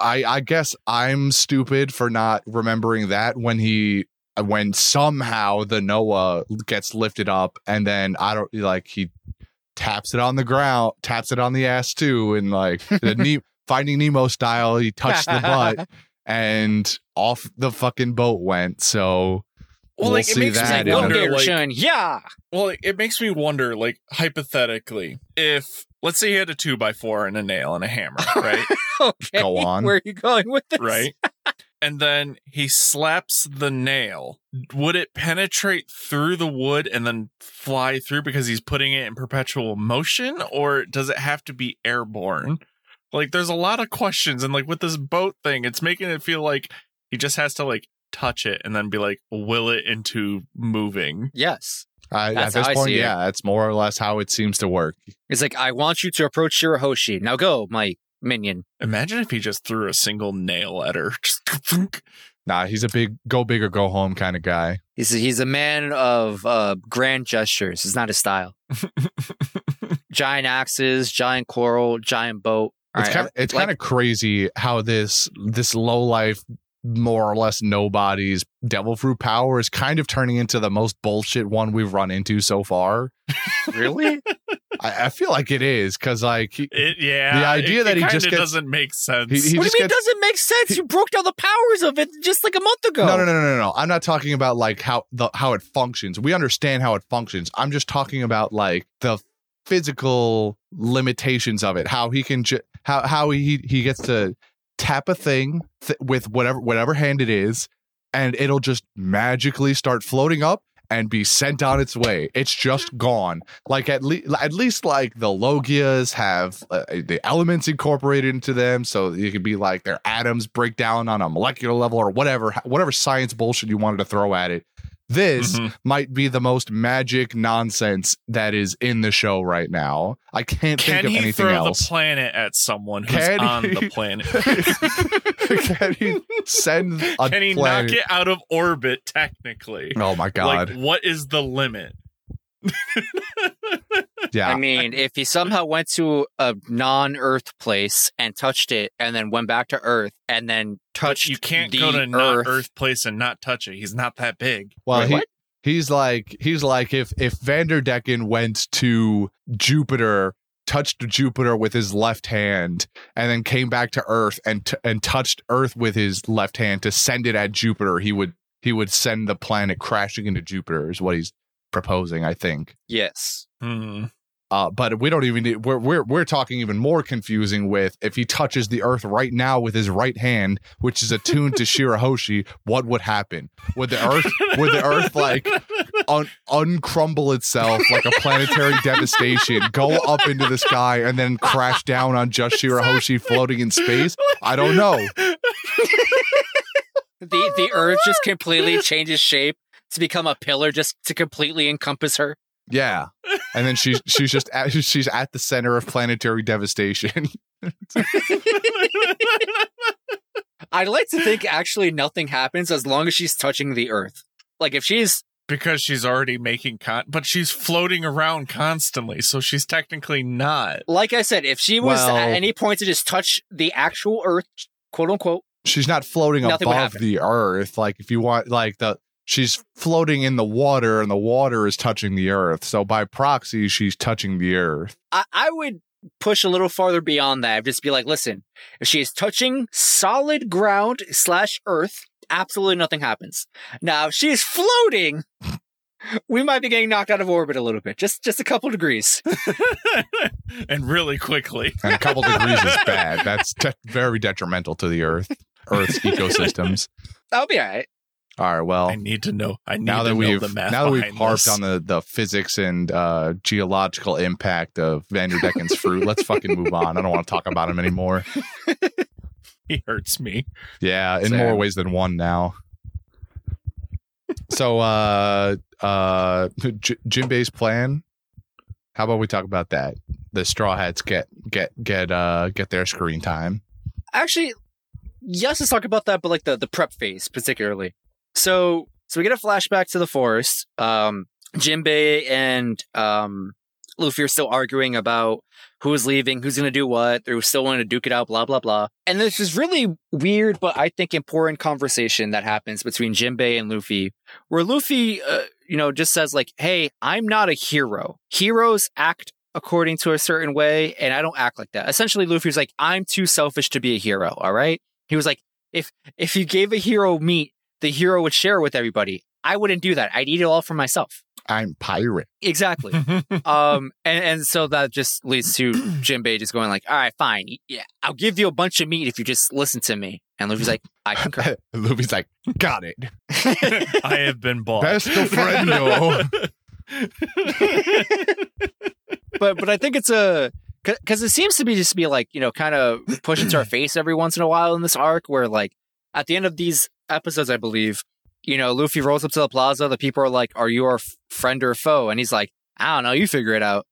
S2: I, I guess I'm stupid for not remembering that when he when somehow the Noah gets lifted up and then I don't like he taps it on the ground, taps it on the ass too, and like the ne- Finding Nemo style, he touched the butt and off the fucking boat went. So
S3: Well,
S2: We'll
S3: like it
S2: see
S3: makes
S2: that
S3: me
S2: in a-
S3: wonder,
S1: Look at
S3: like,
S1: Shun, yeah
S3: Well, like, it makes me wonder, like, hypothetically, if let's say he had a two by four and a nail and a hammer, right?
S1: okay
S2: Go on.
S1: where are you going with this
S3: right? And then he slaps the nail. Would it penetrate through the wood and then fly through because he's putting it in perpetual motion, or does it have to be airborne? Like, there's a lot of questions, and like with this boat thing, it's making it feel like he just has to like touch it and then be like, will it into moving?
S1: yes
S2: I, at
S1: That's
S2: this
S1: how I
S2: point,
S1: see it.
S2: yeah, that's more or less how it seems to work.
S1: It's like, I want you to approach Shirahoshi. Now go, my minion.
S3: Imagine if he just threw a single nail at her. Just thunk.
S2: Nah, he's a big go big or go home kind of guy.
S1: He's he's a man of uh, grand gestures. It's not his style. giant axes, giant coral, giant boat. All
S2: it's
S1: right,
S2: kind of it's
S1: like-
S2: kind of crazy how this this low life more or less nobody's devil fruit power is kind of turning into the most bullshit one we've run into so far.
S1: Really?
S2: I, I feel like it is because like he,
S3: It, yeah.
S2: The idea
S3: it-
S2: that
S3: it
S2: he
S3: kinda
S2: just gets-
S3: doesn't make sense.
S2: he, he
S1: what do
S2: just
S1: you mean
S2: gets.
S1: doesn't make sense? you broke down the powers of it just like a month ago.
S2: No, no, no, no, no, no. I'm not talking about like how the how it functions. We understand how it functions. I'm just talking about like the physical limitations of it. How he can ju- how how he he gets to tap a thing th- with whatever whatever hand it is, and it'll just magically start floating up and be sent on its way. It's just gone. Like at least at least like the logias have uh, the elements incorporated into them, so it could be like their atoms break down on a molecular level or whatever whatever science bullshit you wanted to throw at it. This
S3: Mhm.
S2: might be the most magic nonsense that is in the show right now. I can't
S3: Can
S2: think of
S3: he
S2: anything
S3: throw
S2: else.
S3: the planet at someone who's
S2: Can
S3: on
S2: he-
S3: the planet?
S2: Can he send a
S3: Can he
S2: planet?
S3: knock it out of orbit technically?
S2: Oh my god!
S3: Like, what is the limit?
S2: yeah,
S1: I mean, if he somehow went to a non-Earth place and touched it, and then went back to Earth, and then touched
S3: You can't
S1: the
S3: go to
S1: Earth,
S3: not Earth place and not touch it. He's not that big.
S2: Well,
S1: Wait,
S2: he,
S1: what?
S2: he's like he's like if if Vanderdecken went to Jupiter, touched Jupiter with his left hand, and then came back to Earth and t- and touched Earth with his left hand to send it at Jupiter, he would he would send the planet crashing into Jupiter. Is what he's proposing, I think.
S1: yes,
S3: Hmm.
S2: Uh, but we don't even need, we're we're we're talking even more confusing with if he touches the Earth right now with his right hand, which is attuned to Shirahoshi, what would happen? Would the Earth would the Earth like un- uncrumble itself like a planetary devastation, go up into the sky, and then crash down on just Shirahoshi floating in space? I don't know.
S1: the the Earth just completely changes shape to become a pillar, just to completely encompass her.
S2: Yeah, and then she's she's just at, she's at the center of planetary devastation.
S1: I'd like to think actually nothing happens as long as she's touching the Earth. Like if she's
S3: because she's already making con, but she's floating around constantly, so she's technically not.
S1: like I said, if she was
S2: Well-
S1: at any point to just touch the actual Earth, quote unquote,
S2: She's not floating
S1: Nothing would
S2: above
S1: happen.
S2: the Earth. Like if you want, like the she's floating in the water, and the water is touching the Earth. So by proxy, she's touching the Earth.
S1: I, I would push a little farther beyond that. I'd just be like, listen, if she is touching solid ground slash earth, absolutely nothing happens. Now, if she is floating, we might be getting knocked out of orbit a little bit, just just a couple degrees.
S3: and really quickly.
S2: And a couple degrees is bad. That's de- very detrimental to the Earth, Earth's ecosystems.
S1: That'll be all right.
S2: All right. Well,
S3: I need to know. I need
S2: Oh. now
S3: to
S2: that
S3: know
S2: we've
S3: the math.
S2: now that we've
S3: behind
S2: harped
S3: this.
S2: on the the physics and uh, geological impact of Vanderdecken's fruit, let's fucking move on. I don't want to talk about him anymore.
S3: he hurts me.
S2: Yeah, in
S1: Same.
S2: more ways than one now. So, uh, uh, J- Jinbei's plan. How about we talk about that? The Straw Hats get get get uh get their screen time.
S1: Actually, yes, let's talk about that, but like the, the prep phase particularly. So so we get a flashback to the forest. Um Jinbei and um Luffy are still arguing about who's leaving, who's gonna do what, they're still wanting to duke it out, blah blah blah. And there's this really weird but I think important conversation that happens between Jinbei and Luffy, where Luffy uh, you know just says like, "Hey, I'm not a hero. Heroes act according to a certain way, and I don't act like that." Essentially, Luffy was like, "I'm too selfish to be a hero." All right, he was like, "If if you gave a hero meat, the hero would share it with everybody. I wouldn't do that. I'd eat it all for myself."
S2: I'm pirate.
S1: Exactly um and and so that just leads to Jinbei just going like all right fine yeah I'll give you a bunch of meat if you just listen to me and Luffy's like I concur
S2: Luffy's like, got it.
S3: I have been bought.
S2: Best of friend, yo.
S1: but but I think it's a because it seems to be just be like you know kind of pushed into our face every once in a while in this arc where like at the end of these episodes I believe you know Luffy rolls up to the plaza the people are like are you our f- friend or foe and he's like I don't know you figure it out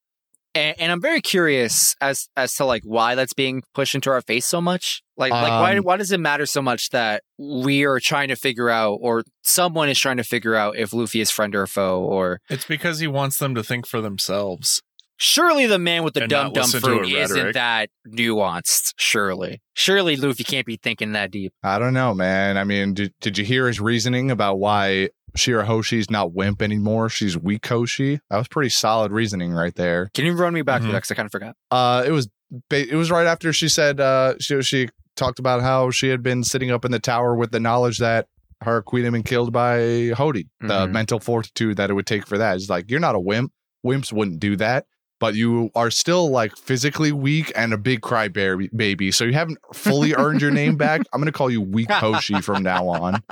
S1: and, and I'm very curious as as to like why that's being pushed into our face so much like like why
S2: Um,
S1: why does it matter so much that we are trying to figure out or someone is trying to figure out if Luffy is friend or foe or
S3: it's because he wants them to think for themselves.
S1: Surely the man with the
S3: And
S1: dumb
S3: not
S1: dumb
S3: listen to
S1: fruit
S3: her
S1: isn't
S3: rhetoric.
S1: that nuanced. Surely, surely Luffy can't be thinking that deep.
S2: I don't know, man. I mean, did, did you hear his reasoning about why Shirahoshi's not wimp anymore? She's weak Hoshi. That was pretty solid reasoning right there.
S1: Can you run me back to
S3: Mhm.
S1: that? Because I kind of forgot.
S2: Uh, it was ba- it was right after she said uh, she she talked about how she had been sitting up in the tower with the knowledge that her queen had been killed by Hody. The
S1: Mhm.
S2: mental fortitude that it would take for that. It's like you're not a wimp. Wimps wouldn't do that. But you are still like physically weak and a big cry baby. So you haven't fully earned your name back. I'm gonna call you weak Hoshi from now on.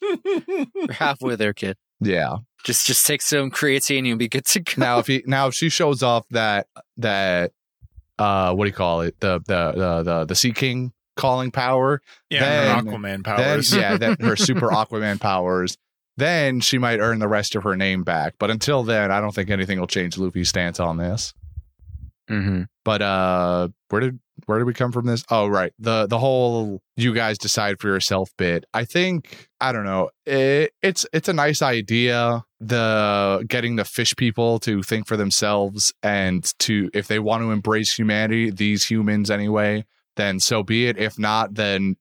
S1: You're halfway there, kid.
S2: Yeah.
S1: Just just take some creatine and you'll be good to go.
S2: Now if he now if she shows off that that uh what do you call it the the the the, the Sea King calling power,
S3: yeah,
S2: Then-
S3: Aquaman
S2: then
S3: powers.
S2: yeah, that her super Aquaman powers, then she might earn the rest of her name back. But until then, I don't think anything will change Luffy's stance on this.
S1: Mm-hmm.
S2: But uh where did where did we come from this? Oh right. The the whole you guys decide for yourself bit. I think I don't know. It, it's it's a nice idea the getting the fish people to think for themselves and to if they want to embrace humanity, these humans anyway, then so be it. If not, then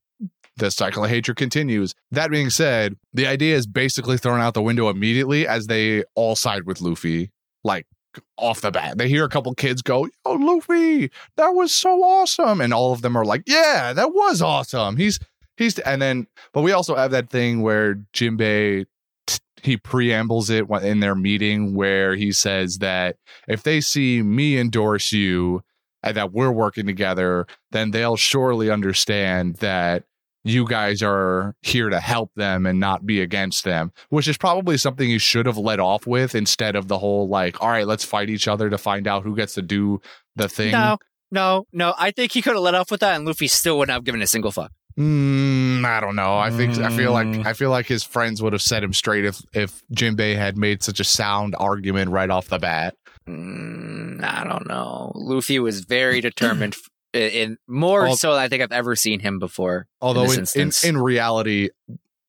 S2: the cycle of hatred continues. That being said, the idea is basically thrown out the window immediately as they all side with Luffy. Like off the bat. They hear a couple kids go, "Oh, Luffy, that was so awesome!" And all of them are like, "Yeah, that was awesome." He's he's and then, but we also have that thing where Jinbei t- he preambles it when- in their meeting where he says that if they see me endorse you and that we're working together, then they'll surely understand that. You guys are here to help them and not be against them, which is probably something you should have let off with instead of the whole like, all right, let's fight each other to find out who gets to do the thing.
S1: No, no, no. I think he could have let off with that, and Luffy still wouldn't have given a single fuck.
S2: Mm, I don't know. I think I feel like
S3: Mm.
S2: I feel like his friends would have set him straight if if Jinbei had made such a sound argument right off the bat.
S1: Mm, I don't know. Luffy was very determined, f- in- in more
S2: Al-
S1: so than I think I've ever seen him before.
S2: Although
S1: this
S2: in in,
S1: instance.
S2: in reality,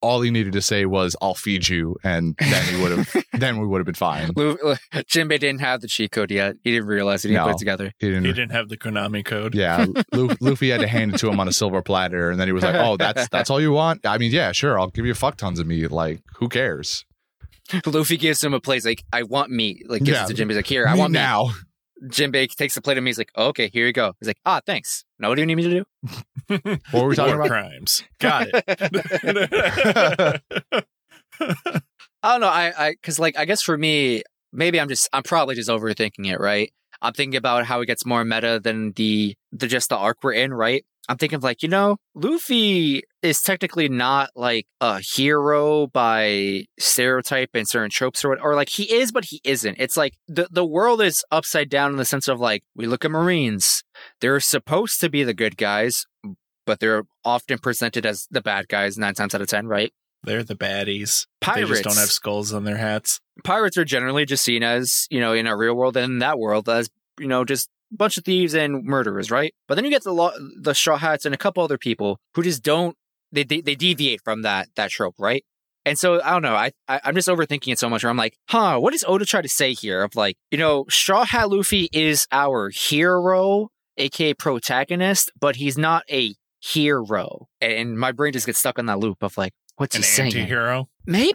S2: all he needed to say was "I'll feed you," and then he would have then we would have been fine.
S1: Lu- Lu- Jinbei didn't have the cheat code yet. He didn't realize it. He didn't put
S2: No.
S1: it together.
S2: He
S3: He
S2: didn't.
S3: didn't have the Konami code.
S2: Yeah, Lu- Luffy had to hand it to him on a silver platter, and then he was like, "Oh, that's that's all you want." I mean, yeah, sure, I'll give you fuck tons of meat. Like, who cares?
S1: Luffy gives him a plate. He's like, I want meat. Like, gives
S2: Yeah.
S1: it to Jinbei. He's like, here, I
S2: Meat
S1: want meat.
S2: now.
S1: Jinbei takes a plate of meat. He's like, okay, here you go. He's like, ah, thanks. Now what do you need me to do?
S2: What were we talking
S3: War
S2: about?
S3: crimes. Got it.
S1: I don't know. Oh, I, I, cause like, I guess for me, maybe I'm just, I'm probably just overthinking it, right? I'm thinking about how it gets more meta than the, the just the arc we're in, right? I'm thinking of like, you know, Luffy is technically not like a hero by stereotype and certain tropes or what, or like he is, but he isn't. It's like the, the world is upside down in the sense of like, we look at Marines, they're supposed to be the good guys, but they're often presented as the bad guys nine times out of 10, right?
S3: They're the baddies.
S1: Pirates
S3: They just don't have skulls on their hats.
S1: pirates are generally just seen as you know in our real world and in that world as you know just a bunch of thieves and murderers right but then you get the law the straw hats and a couple other people who just don't they they, they deviate from that that trope right and so I don't know. I, I I'm just overthinking it so much. Where I'm like, huh, what does Oda try to say here? Of like, you know, Straw Hat Luffy is our hero, aka protagonist, but he's not a hero. And my brain just gets stuck on that loop of like, what's
S3: An
S1: he
S3: anti
S1: saying?
S3: hero.
S1: Maybe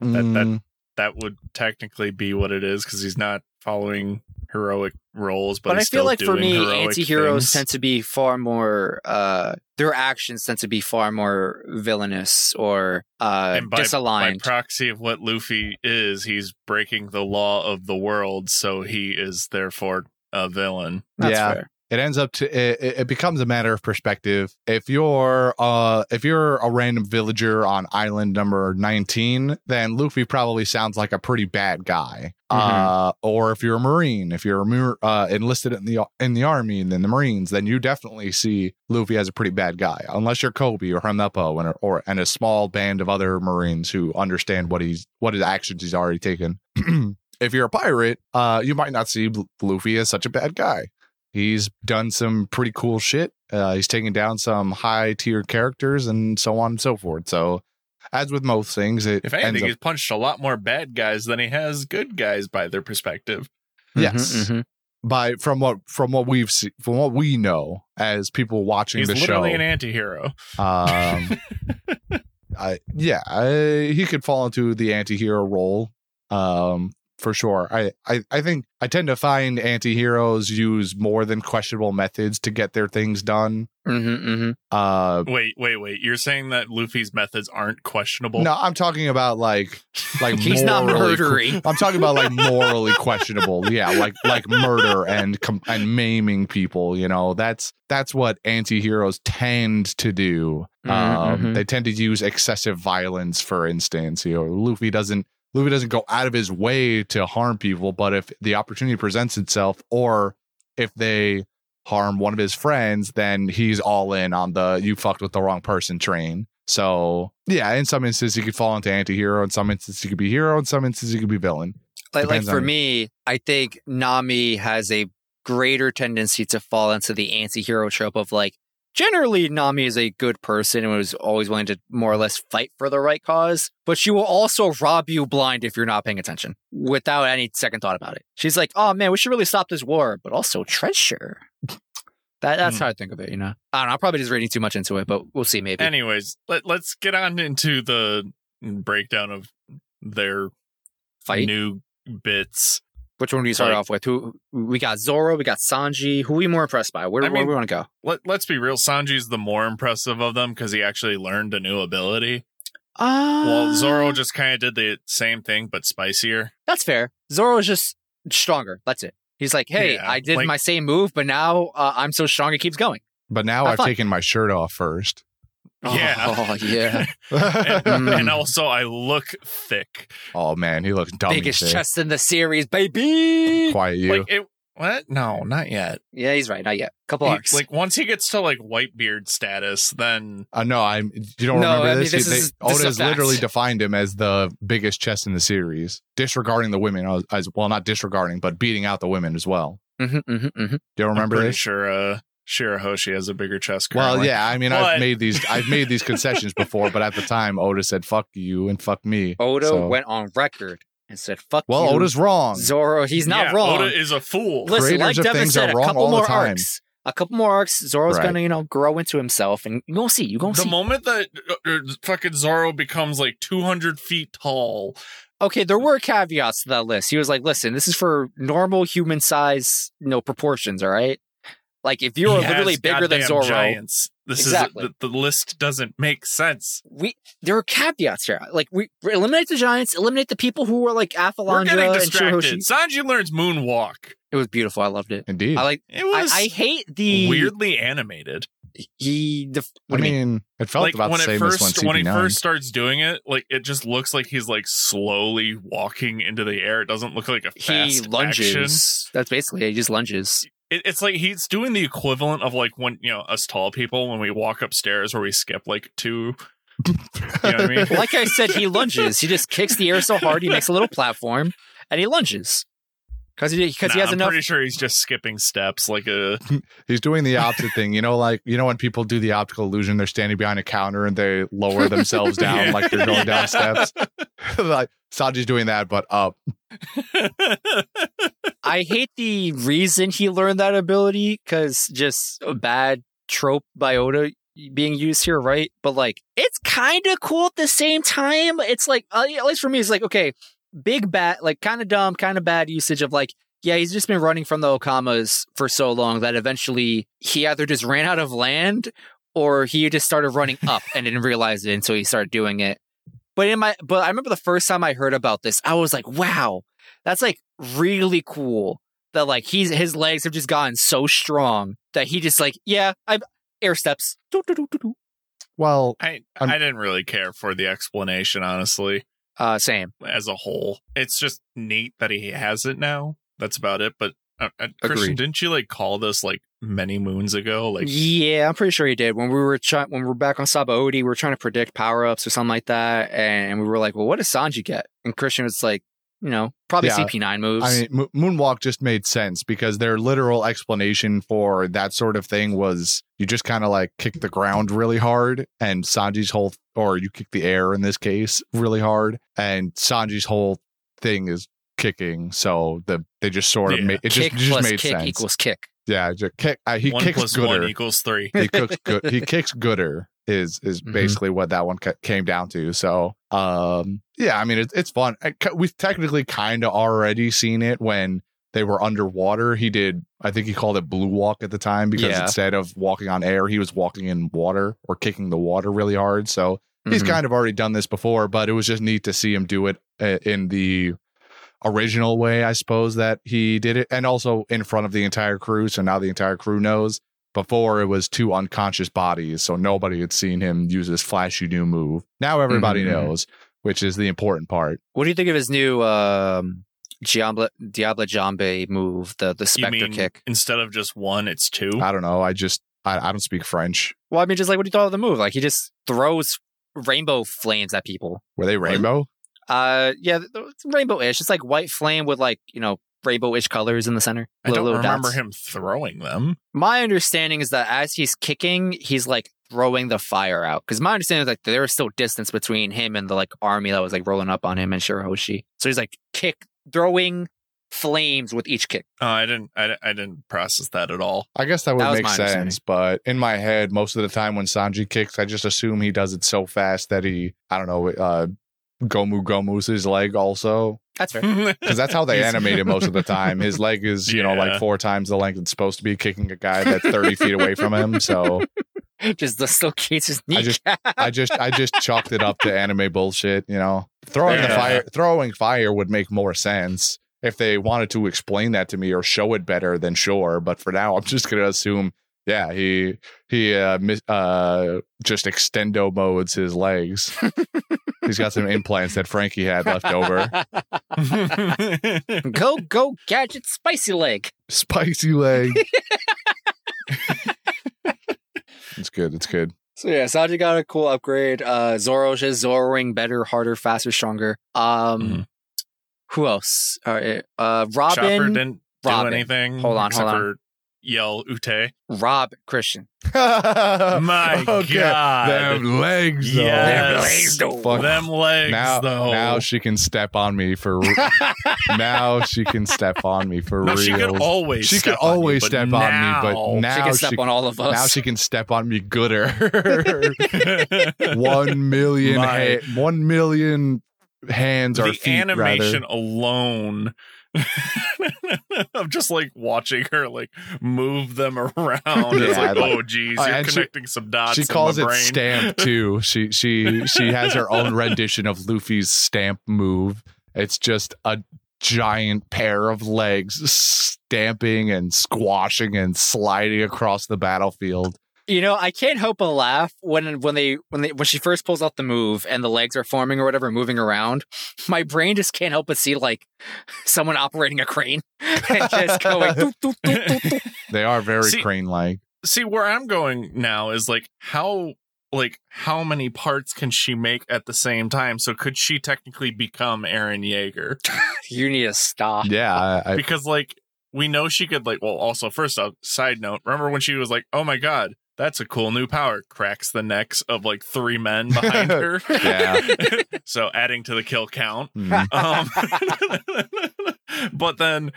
S3: That- that-
S2: Mm,
S3: That would technically be what it is because he's not following heroic roles, but,
S1: but, I
S3: he's
S1: feel
S3: still
S1: like for
S3: doing
S1: me,
S3: heroic
S1: anti-heroes
S3: things.
S1: tend to be far more. Uh, their actions tend to be far more villainous or uh,
S3: And by-
S1: disaligned.
S3: By proxy of what Luffy is, he's breaking the law of the world, so he is therefore a villain.
S1: That's
S2: yeah.
S1: fair.
S2: it ends up to it, it- it becomes a matter of perspective if you're uh if you're a random villager on island number 19 then luffy probably sounds like a pretty bad guy uh or if you're a marine if you're a mar- uh, enlisted in the in the army and then the marines then you definitely see luffy as a pretty bad guy unless you're kobe or haneppo and or and a small band of other marines who understand what he's what his actions he's already taken if you're a pirate uh you might not see luffy as such a bad guy He's done some pretty cool shit. Uh, he's taken down some high tier characters and so on and so forth. So, as with most things, it
S3: If
S2: ends
S3: anything,
S2: up,
S3: he's punched a lot more bad guys than he has good guys by their perspective.
S2: yes.
S1: Mhm, mhm.
S2: by from what from what we've seen from what we know as people watching
S3: He's
S2: the show.
S3: literally an anti-hero.
S2: Um, I, yeah, I, he could fall into the anti-hero role um, for sure. I, I, I think I tend to find anti-heroes use more than questionable methods to get their things done.
S1: Mm-hmm, mm-hmm.
S2: Uh,
S3: Wait, wait, wait. You're saying that Luffy's methods aren't questionable?
S2: no, I'm talking about like like
S1: He's not
S2: morally-
S1: murdering.
S2: I'm talking about like morally questionable. Yeah, like like murder and com- and maiming people. You know, that's that's what anti-heroes tend to do. Um,
S1: Mhm, mhm.
S2: They tend to use excessive violence, for instance. You know, Luffy doesn't Luffy doesn't go out of his way to harm people, but if the opportunity presents itself, or if they harm one of his friends, then he's all in on the you fucked with the wrong person train. So yeah, in some instances he could fall into anti-hero, in some instances he could be hero, in some instances he could be villain.
S1: Like, like
S2: Depends
S1: for
S2: on-
S1: me, I think Nami has a greater tendency to fall into the anti-hero trope of like generally Nami is a good person and was always willing to more or less fight for the right cause, but she will also rob you blind if you're not paying attention without any second thought about it. She's like, "Oh man, we should really stop this war, but also treasure." That, that's
S3: Hmm.
S1: how I think of it, you know. I don't know. I'm probably just reading too much into it, but we'll see. Maybe
S3: Anyways, let, let's get on into the breakdown of their
S1: fight.
S3: new bits.
S1: Which one do you start
S3: Like-
S1: off with? Who we got? Zoro. We got Sanji. Who we more impressed by? Where,
S3: I
S1: where
S3: mean-
S1: we want to go?
S3: Let, let's be real. Sanji's the more impressive of them because he actually learned a new ability.
S1: Uh,
S3: Well, Zoro just kind of did the same thing, but spicier.
S1: That's fair. Zoro is just stronger. That's it. He's like, hey,
S3: Yeah,
S1: I did
S3: like-
S1: my same move, but now uh, I'm so strong it keeps going.
S2: But now
S1: I
S2: I've
S1: thought-
S2: taken my shirt off first.
S3: Yeah.
S1: Oh, yeah.
S3: And,
S1: Mm.
S3: and also, I look thick.
S2: oh man, he looks dumb.
S1: Biggest chest in the series, baby.
S2: Quiet you.
S3: Like it. What? No, not yet.
S1: Yeah, he's right. Not yet. Couple
S3: He-
S1: arcs.
S3: like once he gets to like white beard status, then
S2: Uh, no, I'm. You don't
S1: No,
S2: remember
S1: I mean,
S2: this?
S1: this
S2: He- they-
S1: is- this is
S2: Oda
S1: a
S2: has
S1: fact.
S2: literally defined him as the biggest chest in the series, disregarding the women as- as well. Not disregarding, but beating out the women as well.
S1: Mhm, mhm, mhm.
S2: Do you remember
S3: I'm pretty
S2: this?
S3: sure uh, Shirahoshi has a bigger chest.
S2: Well,
S3: currently.
S2: yeah. I mean,
S3: But-
S2: I've made these. I've made these concessions before, but at the time, Oda said "fuck you" and "fuck me."
S1: Oda
S2: So-
S1: went on record and said, fuck
S2: Well,
S1: you.
S2: Oda's wrong.
S1: Zoro, he's not
S3: Yeah,
S1: wrong.
S3: Oda is a fool.
S1: Listen,
S2: Creators
S1: like
S2: of
S1: Devin
S2: things
S1: said,
S2: are
S1: a
S2: wrong
S1: couple
S2: all the
S1: more
S2: time.
S1: arcs. A couple more arcs. Zoro's
S2: Right.
S1: gonna, you know, grow into himself, and you're gonna see. You're gonna
S3: the
S1: see.
S3: moment that uh, uh, fucking Zoro becomes like 200 feet tall,
S1: okay, there were caveats to that list. He was like, listen, this is for normal human size, you know, proportions, all right? Like if you
S3: he
S1: are
S3: has
S1: literally bigger than
S3: goddamn
S1: Zoro,
S3: Giants. This
S1: Exactly.
S3: is the, the list doesn't make sense.
S1: we there are caveats here. Like we we eliminate the giants, eliminate the people who were like
S3: We're getting
S1: Afalandra and
S3: distracted.
S1: Shiroshi.
S3: Sanji learns moonwalk.
S1: It was beautiful. I loved it.
S2: Indeed.
S1: I
S2: I,
S1: like
S3: It
S1: I,
S3: was
S1: I hate the
S3: weirdly animated.
S1: he the what do you
S2: mean,
S1: mean?
S2: it felt
S3: like
S2: about
S3: when
S2: the
S3: it
S2: same as when
S3: first when he
S2: CP9.
S3: first starts doing it, like it just looks like he's like slowly walking into the air. It doesn't look like a
S1: he
S3: fast
S1: lunges.
S3: action.
S1: That's basically it. He just lunges.
S3: it, it's like he's doing the equivalent of like when you know us tall people when we walk upstairs where we skip like two. You know what I mean?
S1: Like I said, he lunges. He just kicks the air so hard he makes a little platform and he lunges. Because he, because he
S3: Nah,
S1: has
S3: I'm
S1: enough
S3: pretty sure he's just skipping steps like uh, a
S2: He's doing the opposite thing. You know, like you know when people do the optical illusion, they're standing behind a counter and they lower themselves down
S3: Yeah.
S2: like they're going down steps. like Sanji's doing that, but up.
S1: I hate the reason he learned that ability because just a bad trope by Oda being used here, right? But like, it's kind of cool at the same time. It's like, uh, at least for me, it's like, okay, big bat, like kind of dumb, kind of bad usage of like, yeah, he's just been running from the Okamas for so long that eventually he either just ran out of land or he just started running up and didn't realize it until he started doing it. But in my, but I remember the first time I heard about this, I was like, wow, that's like really cool that like he's his legs have just gotten so strong that he just like yeah i air steps Doo, doo, doo, doo, doo.
S2: Well,
S3: I
S2: I'm-
S3: I didn't really care for the explanation honestly
S1: uh same
S3: as a whole. It's just neat that he has it now. That's about it. But uh, uh, Christian,
S1: Agreed.
S3: didn't you like call this like many moons ago? Like
S1: yeah i'm pretty sure he did when we were try- when we were back on sabaody we were trying to predict power-ups or something like that and we were like well what does sanji get and christian was like you know probably
S2: Yeah.
S1: cp9 moves
S2: I mean, Mo- Moonwalk just made sense because their literal explanation for that sort of thing was you just kind of like kick the ground really hard, and Sanji's whole, or you kick the air in this case really hard, and Sanji's whole thing is kicking, so the they just sort of
S3: Yeah.
S2: made it
S1: kick
S2: just, it just
S1: plus
S2: made
S1: kick
S2: sense.
S1: equals kick.
S2: yeah, just kick. Uh, he
S3: one
S2: kicks
S3: plus
S2: gooder.
S3: one equals three.
S2: he cooks good. He kicks gooder is is
S1: Mhm.
S2: basically what that one ca- came down to. So, um, yeah, I mean it's it's fun. I ca- We've technically kind of already seen it when they were underwater. He did, I think he called it blue walk at the time because
S1: Yeah.
S2: instead of walking on air, he was walking in water or kicking the water really hard. So he's
S1: Mhm.
S2: kind of already done this before, but it was just neat to see him do it uh, in the original way, I suppose that he did it, and also in front of the entire crew. So now the entire crew knows. Before it was two unconscious bodies, so nobody had seen him use his flashy new move. Now everybody
S1: Mhm.
S2: knows, which is the important part.
S1: What do you think of his new um, Diablo Diablo Jambe move, the the
S3: You
S1: Spectre
S3: mean
S1: kick? Uh,
S3: instead of just one, it's two?
S2: I don't know. I just I, I don't speak French.
S1: Well, I mean, just like what do you thought of the move? Like he just throws rainbow flames at people.
S2: Were they rainbow?
S1: Uh, yeah, th- it's rainbow-ish. It's like white flame with like you know rainbow-ish colors in the center.
S3: I don't
S1: Little- little
S3: remember
S1: dots.
S3: him throwing them.
S1: My understanding is that as he's kicking, he's like throwing the fire out. Because my understanding is like there was still distance between him and the like army that was like rolling up on him and Shirohoshi. So he's like kick throwing flames with each kick.
S3: Oh, I didn't. I, I didn't process that at all.
S2: I guess that would
S1: That was
S2: make
S1: my understanding.
S2: sense, but in my head, most of the time when Sanji kicks, I just assume he does it so fast that he, I don't know, uh, Gomu Gomu's his leg also,
S1: That's fair. Um,
S2: because that's how they
S3: He's-
S2: animate it most of the time. His leg is, you know,
S3: Yeah.
S2: like four times the length it's supposed to be, kicking a guy that's thirty feet away from him. So
S1: just dislocates his
S2: I just-
S1: kneecap.
S2: I just, I just chalked it up to anime bullshit. You know, throwing the
S3: Yeah.
S2: fire, throwing fire would make more sense if they wanted to explain that to me or show it better. Then sure, but for now, I'm just gonna assume. Yeah, he he uh, mis- uh just extendo modes his legs. He's got some implants that Frankie had left over.
S1: go go gadget spicy leg.
S2: Spicy leg. it's good. It's good.
S1: So yeah, Sanji got a cool upgrade. Uh Zoro's just Zoroing better, harder, faster, stronger. Um
S2: Mm-hmm.
S3: Mhm.
S1: who else? All right, uh
S3: Chopper
S1: Robin
S3: didn't
S1: Robin.
S3: do anything.
S1: Hold on,
S3: except
S1: hold on.
S3: For yell Ute.
S1: Rob Christian. Oh,
S3: My God.
S2: Them legs. though.
S3: Yes.
S1: Them legs, though.
S2: Fuck.
S3: Them legs,
S2: now,
S3: though.
S2: now she can step on me for. now she can step on me for
S3: no,
S2: real.
S3: she could always.
S2: She could
S3: step
S2: always
S3: on you,
S2: step
S3: but
S2: on me,
S3: now-
S2: but now
S1: she can step on all of us.
S2: now she can step on me gooder. one million,
S3: My-
S2: ha- one million hands or
S3: the
S2: feet.
S3: animation alone of just like watching her like move them around. it's
S2: Yeah, like-
S3: like, oh geez,
S2: Uh,
S3: you're
S2: and she-
S3: connecting some dots.
S2: rather. She
S3: in
S2: calls
S3: my
S2: it
S3: brain.
S2: stamp too. She she she has her own rendition of Luffy's stamp move. It's just a giant pair of legs stamping and squashing and sliding across the battlefield.
S1: You know, I can't help but laugh when when they when they when she first pulls out the move and the legs are forming or whatever, moving around. My brain just can't help but see like someone operating a crane and just going. doot, doot, doot, doot, doot.
S2: They are very
S3: See-
S2: crane like.
S3: See where I'm going now is like how like how many parts can she make at the same time? So could she technically become Aaron Yeager?
S1: You need to
S3: uh,
S1: stop.
S2: Yeah, I, I,
S3: because like we know she could like well also first off side note remember when she was like oh my god that's a cool new power cracks the necks of like three men behind her
S2: Yeah.
S3: so adding to the kill count
S2: mm.
S3: um but then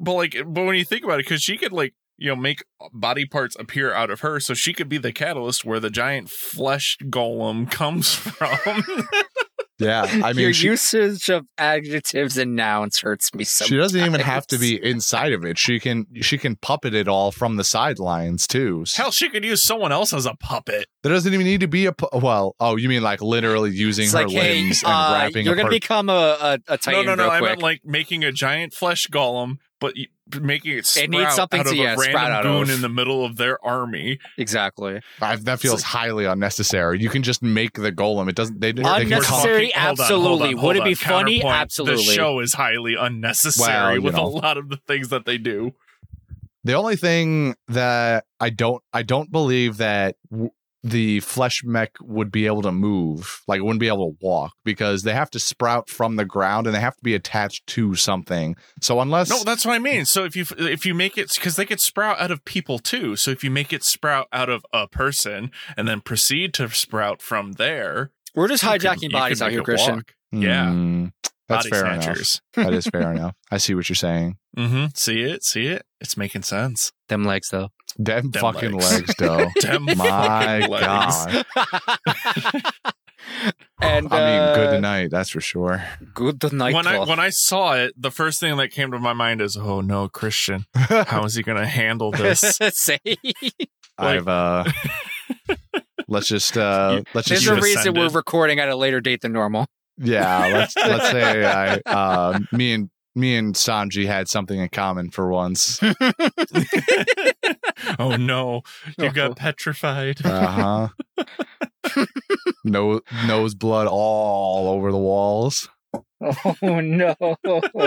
S3: but like but when you think about it because she could like you know make body parts appear out of her so she could be the catalyst where the giant flesh golem comes from
S2: yeah. I mean,
S1: Your
S2: she,
S1: usage of adjectives and nouns hurts me so.
S2: she doesn't even have to be inside of it. She can she can puppet it all from the sidelines too. So
S3: hell she could use someone else as a puppet
S2: there doesn't even need to be a pu- well. Oh, you mean like literally using
S1: It's
S2: her
S1: like, hey,
S2: limbs and
S1: uh,
S2: wrapping
S1: you're
S2: a
S1: gonna
S2: per-
S1: become a a, a titan
S3: no, no, no.
S1: real
S3: I
S1: quick.
S3: meant like making a giant flesh golem, but y- making it sprout
S1: It needs something
S3: out
S1: to-
S3: of
S1: yeah,
S3: a
S1: sprout out
S3: random goon
S1: of.
S3: in the middle of their army.
S1: exactly.
S2: I- that feels
S3: it's
S2: highly unnecessary. You can just make the golem. It doesn't. They, they can
S1: Unnecessary.
S2: call-
S3: hold on,
S1: absolutely.
S3: hold on, hold
S1: Would it
S3: on.
S1: be funny?
S3: Counterpoint.
S1: Absolutely.
S3: The show is highly unnecessary
S2: Well, you
S3: with
S2: know.
S3: a lot of the things that they do.
S2: The only thing that I don't I don't believe that w- the flesh mech would be able to move, like it wouldn't be able to walk because they have to sprout from the ground and they have to be attached to something. So unless
S3: No, that's what I mean. So if you if you make it because they could sprout out of people too. So if you make it sprout out of a person and then proceed to sprout from there,
S1: We're just
S3: you could-
S1: hijacking
S3: you
S1: bodies
S3: could
S1: out
S3: make
S1: here,
S3: it
S1: Christian.
S3: walk. yeah.
S2: Hmm. That's
S3: body
S2: fair
S3: snatchers.
S2: enough. That is fair enough. I see what you're saying.
S3: Mm-hmm. See it? See it? It's making sense.
S1: Them legs, though.
S2: Them,
S3: Them
S2: fucking
S3: legs.
S2: legs, though.
S3: Damn
S2: My
S3: fucking legs.
S2: God.
S1: and
S2: I'm eating
S1: uh,
S2: good tonight, that's for sure.
S1: Good night.
S3: when I
S1: Claw.
S3: when I saw it, the first thing that came to my mind is, "Oh no, Christian, how is he going to handle this?"
S1: Say-
S2: I've uh let's just uh let's just
S1: There's
S3: you
S1: a
S2: use-
S1: reason we're
S3: ascended.
S1: recording at a later date than normal.
S2: yeah, let's let's say I uh me and me and Sanji had something in common for once.
S3: oh no, you
S2: Oh.
S3: got petrified.
S2: Uh-huh. no nose blood all over the walls.
S1: Oh no.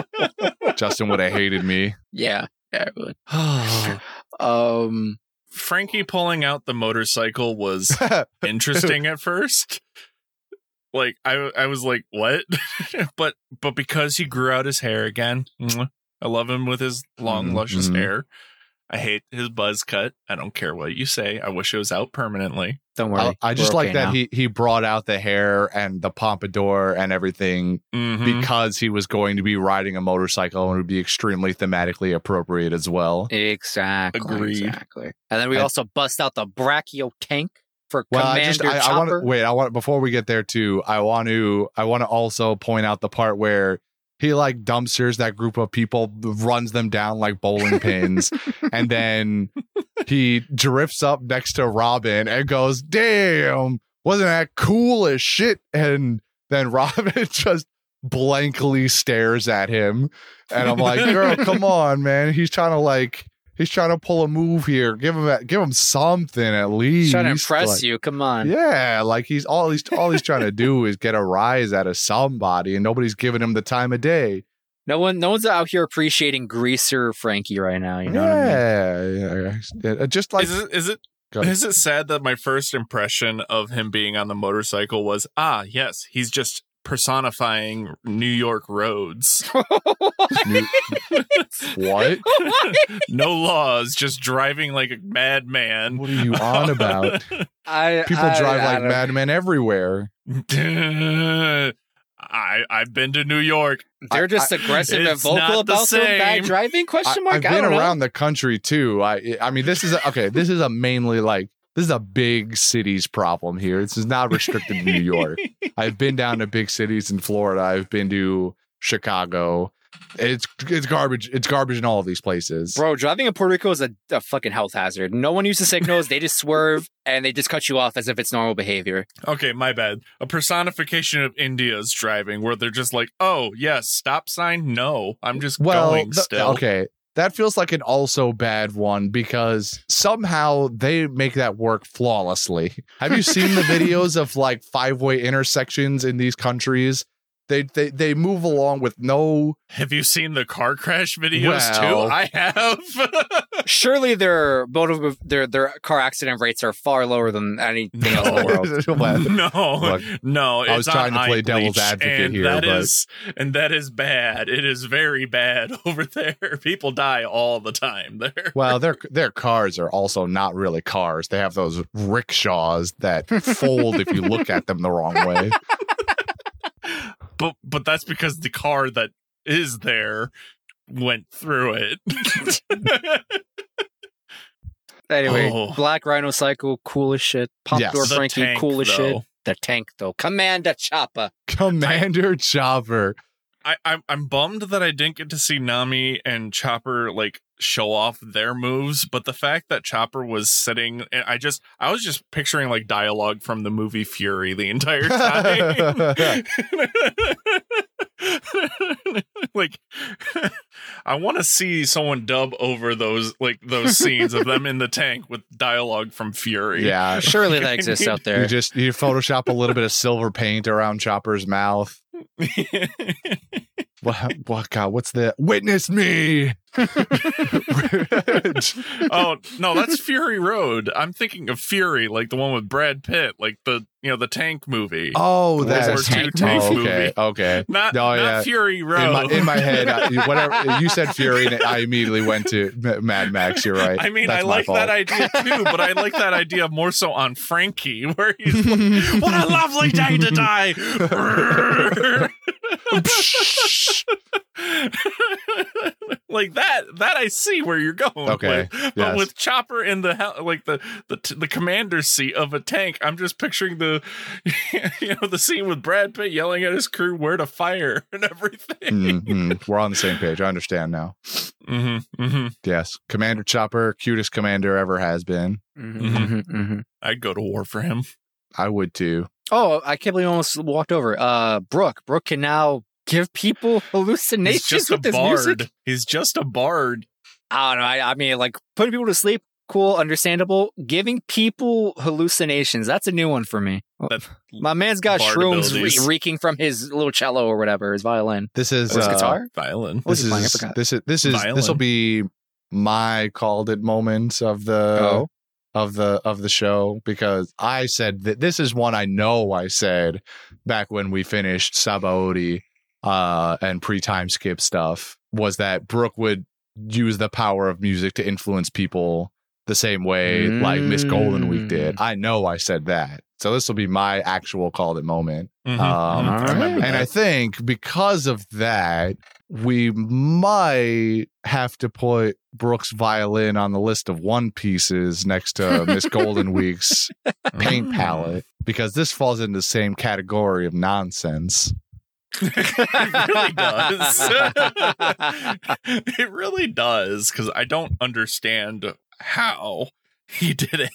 S2: Justin would have hated me.
S1: yeah. yeah, I would. Um.
S3: Frankie pulling out the motorcycle was interesting at first. Like I I was like, "What?" but but because he grew out his hair again, mwah, I love him with his long
S2: Mhm,
S3: luscious
S2: mhm.
S3: hair. I hate his buzz cut. I don't care what you say. I wish it was out permanently.
S1: Don't worry.
S2: I, I just
S1: We're
S2: like
S1: okay
S2: that
S1: now.
S2: he he brought out the hair and the pompadour and everything
S3: Mhm.
S2: because he was going to be riding a motorcycle and would be extremely thematically appropriate as well.
S1: Exactly.
S3: Agreed.
S1: Exactly. And then we
S2: I-
S1: also bust out the brachio tank for
S2: Well,
S1: Commander
S2: I just I, I want
S1: Chopper.
S2: to wait. I want before we get there too. I want to I want to also point out the part where he like dumpsters that group of people, runs them down like bowling pins, and then he drifts up next to Robin and goes, "Damn, wasn't that cool as shit?" And then Robin just blankly stares at him, and I'm like, "Girl, come on, man. He's trying to like." He's trying to pull a move here. Give him, a, give him something at least.
S1: Trying to impress
S2: Like-
S1: you. Come on.
S2: yeah, like he's all he's all he's trying to do is get a rise out of somebody, and nobody's giving him the time of day.
S1: No one. No one's out here appreciating Greaser Frankie right now. You know what I mean?
S2: yeah, yeah, yeah. just like
S3: is it is it
S2: Go ahead.
S3: is it sad that my first impression of him being on the motorcycle was ah yes he's just personifying New York roads,
S2: what?
S3: no laws, just driving like a madman.
S2: What are you on about?
S1: I,
S2: People
S1: I-
S2: drive
S1: I
S2: like
S1: don't-
S2: madmen everywhere.
S3: I I've been to New York.
S1: They're just aggressive and
S3: It's
S1: vocal
S3: not the
S1: about their bad
S3: same.
S1: driving? Question
S2: I,
S1: mark.
S2: have
S1: I
S2: been
S1: don't know.
S2: around the country too. I I mean, this is a, okay. This is a mainly like this is a big cities problem here. This is not restricted to New York. I've been down to big cities in Florida. I've been to Chicago. It's it's garbage. It's garbage in all of these places.
S1: Bro, driving in Puerto Rico is a, a fucking health hazard. No one uses signals. they just swerve and they just cut you off as if it's normal behavior.
S3: Okay, my bad. A personification of India's driving, where they're just like, "Oh yes, stop sign, no, I'm just
S2: well,
S3: going
S2: th-
S3: still."
S2: okay, that feels like an also bad one because somehow they make that work flawlessly. Have you seen the videos of like five way intersections in these countries? They, they they move along with no
S3: Have you seen the car crash videos
S2: Well.
S3: too? I have.
S1: Surely their motive, their their car accident rates are far lower than anything else in the world.
S2: Well,
S3: no,
S2: Look,
S3: no. It's
S2: I was trying
S3: on
S2: to play
S3: eye
S2: devil's
S3: bleach,
S2: advocate
S3: and
S2: here,
S3: that
S2: but-
S3: is- and that is bad. It is very bad over there. People die all the time there.
S2: well, their their cars are also not really cars. They have those rickshaws that fold if you look at them the wrong way.
S3: But but that's because the car that is there went through it.
S1: Anyway,
S3: Oh.
S1: Black Rhino Cycle, cool as shit. Pompadour
S2: Yes.
S3: The
S1: Frankie,
S3: tank,
S1: cool as shit.
S3: though.
S1: The tank, though. Commander Chopper.
S2: Commander Chopper.
S3: I, I'm I'm bummed that I didn't get to see Nami and Chopper like show off their moves, but the fact that Chopper was sitting, and I just I was just picturing like dialogue from the movie Fury the entire time. like, I want to see someone dub over those like those scenes of them in the tank with dialogue from Fury.
S2: Yeah,
S1: Surely that exists out
S2: You
S1: there.
S2: just you Photoshop a little bit of silver paint around Chopper's mouth. What, what God? What's the witness me?
S3: oh no, that's Fury Road. I'm thinking of Fury, like the one with Brad Pitt, like the you know the tank movie.
S2: oh, that's
S1: World War II
S3: tank
S2: oh, okay.
S3: movie.
S2: Okay.
S3: not
S2: oh,
S3: not
S2: yeah.
S3: Fury Road.
S2: In my, in my head, I, whatever you said, Fury, and I immediately went to M- Mad Max. You're right.
S3: I mean,
S2: That's
S3: I
S2: my
S3: like
S2: fault.
S3: that idea too, but I like that idea more so on Frankie, where he's like, "What a lovely day to die." like that that I see where you're going
S2: Okay,
S3: with. But
S2: yes.
S3: with Chopper in the hel- like the the t- the commander seat of a tank, I'm just picturing the you know the scene with Brad Pitt yelling at his crew where to fire and everything.
S2: Mhm. We're on the same page. I understand now.
S3: Mm-hmm, mm-hmm.
S2: Yes. Commander Chopper, cutest commander ever has been.
S3: Mm-hmm.
S1: Mhm, mhm.
S3: I'd go to war for him.
S2: I would too.
S1: Oh, I can't believe I almost walked over. Uh, Brooke. Brooke can now give people hallucinations
S3: He's just a
S1: with this music.
S3: bard. He's just a bard.
S1: I don't know. I, I mean, like putting people to sleep, cool, understandable. Giving people hallucinations, that's a new one for me. Oh,
S3: That-
S1: My man's got
S3: Bard
S1: shrooms
S3: abilities.
S1: re- reeking from his little cello or whatever, his violin.
S2: This is
S1: Or his
S2: uh,
S1: guitar?
S3: Violin.
S1: What was
S2: This
S1: he playing? I
S2: is,
S1: forgot.
S2: this is this is
S3: Violin.
S2: this will be my called it moment of the
S1: Oh.
S2: of the of the show because I said that this is one I know I said back when we finished Sabaody uh and pre-time skip stuff was that Brooke would use the power of music to influence people the same way like Miss Golden Week
S1: Mm.
S2: did. I know I said that. So this will be my actual called it moment.
S3: Mhm,
S2: Um,
S3: mhm. I remember
S2: And I
S3: that.
S2: think because of that, we might have to put Brooks' violin on the list of one pieces next to Miss Golden Week's paint
S3: Mm.
S2: palette because this falls into the same category of nonsense.
S3: it really does. it really does because I don't understand how he did it.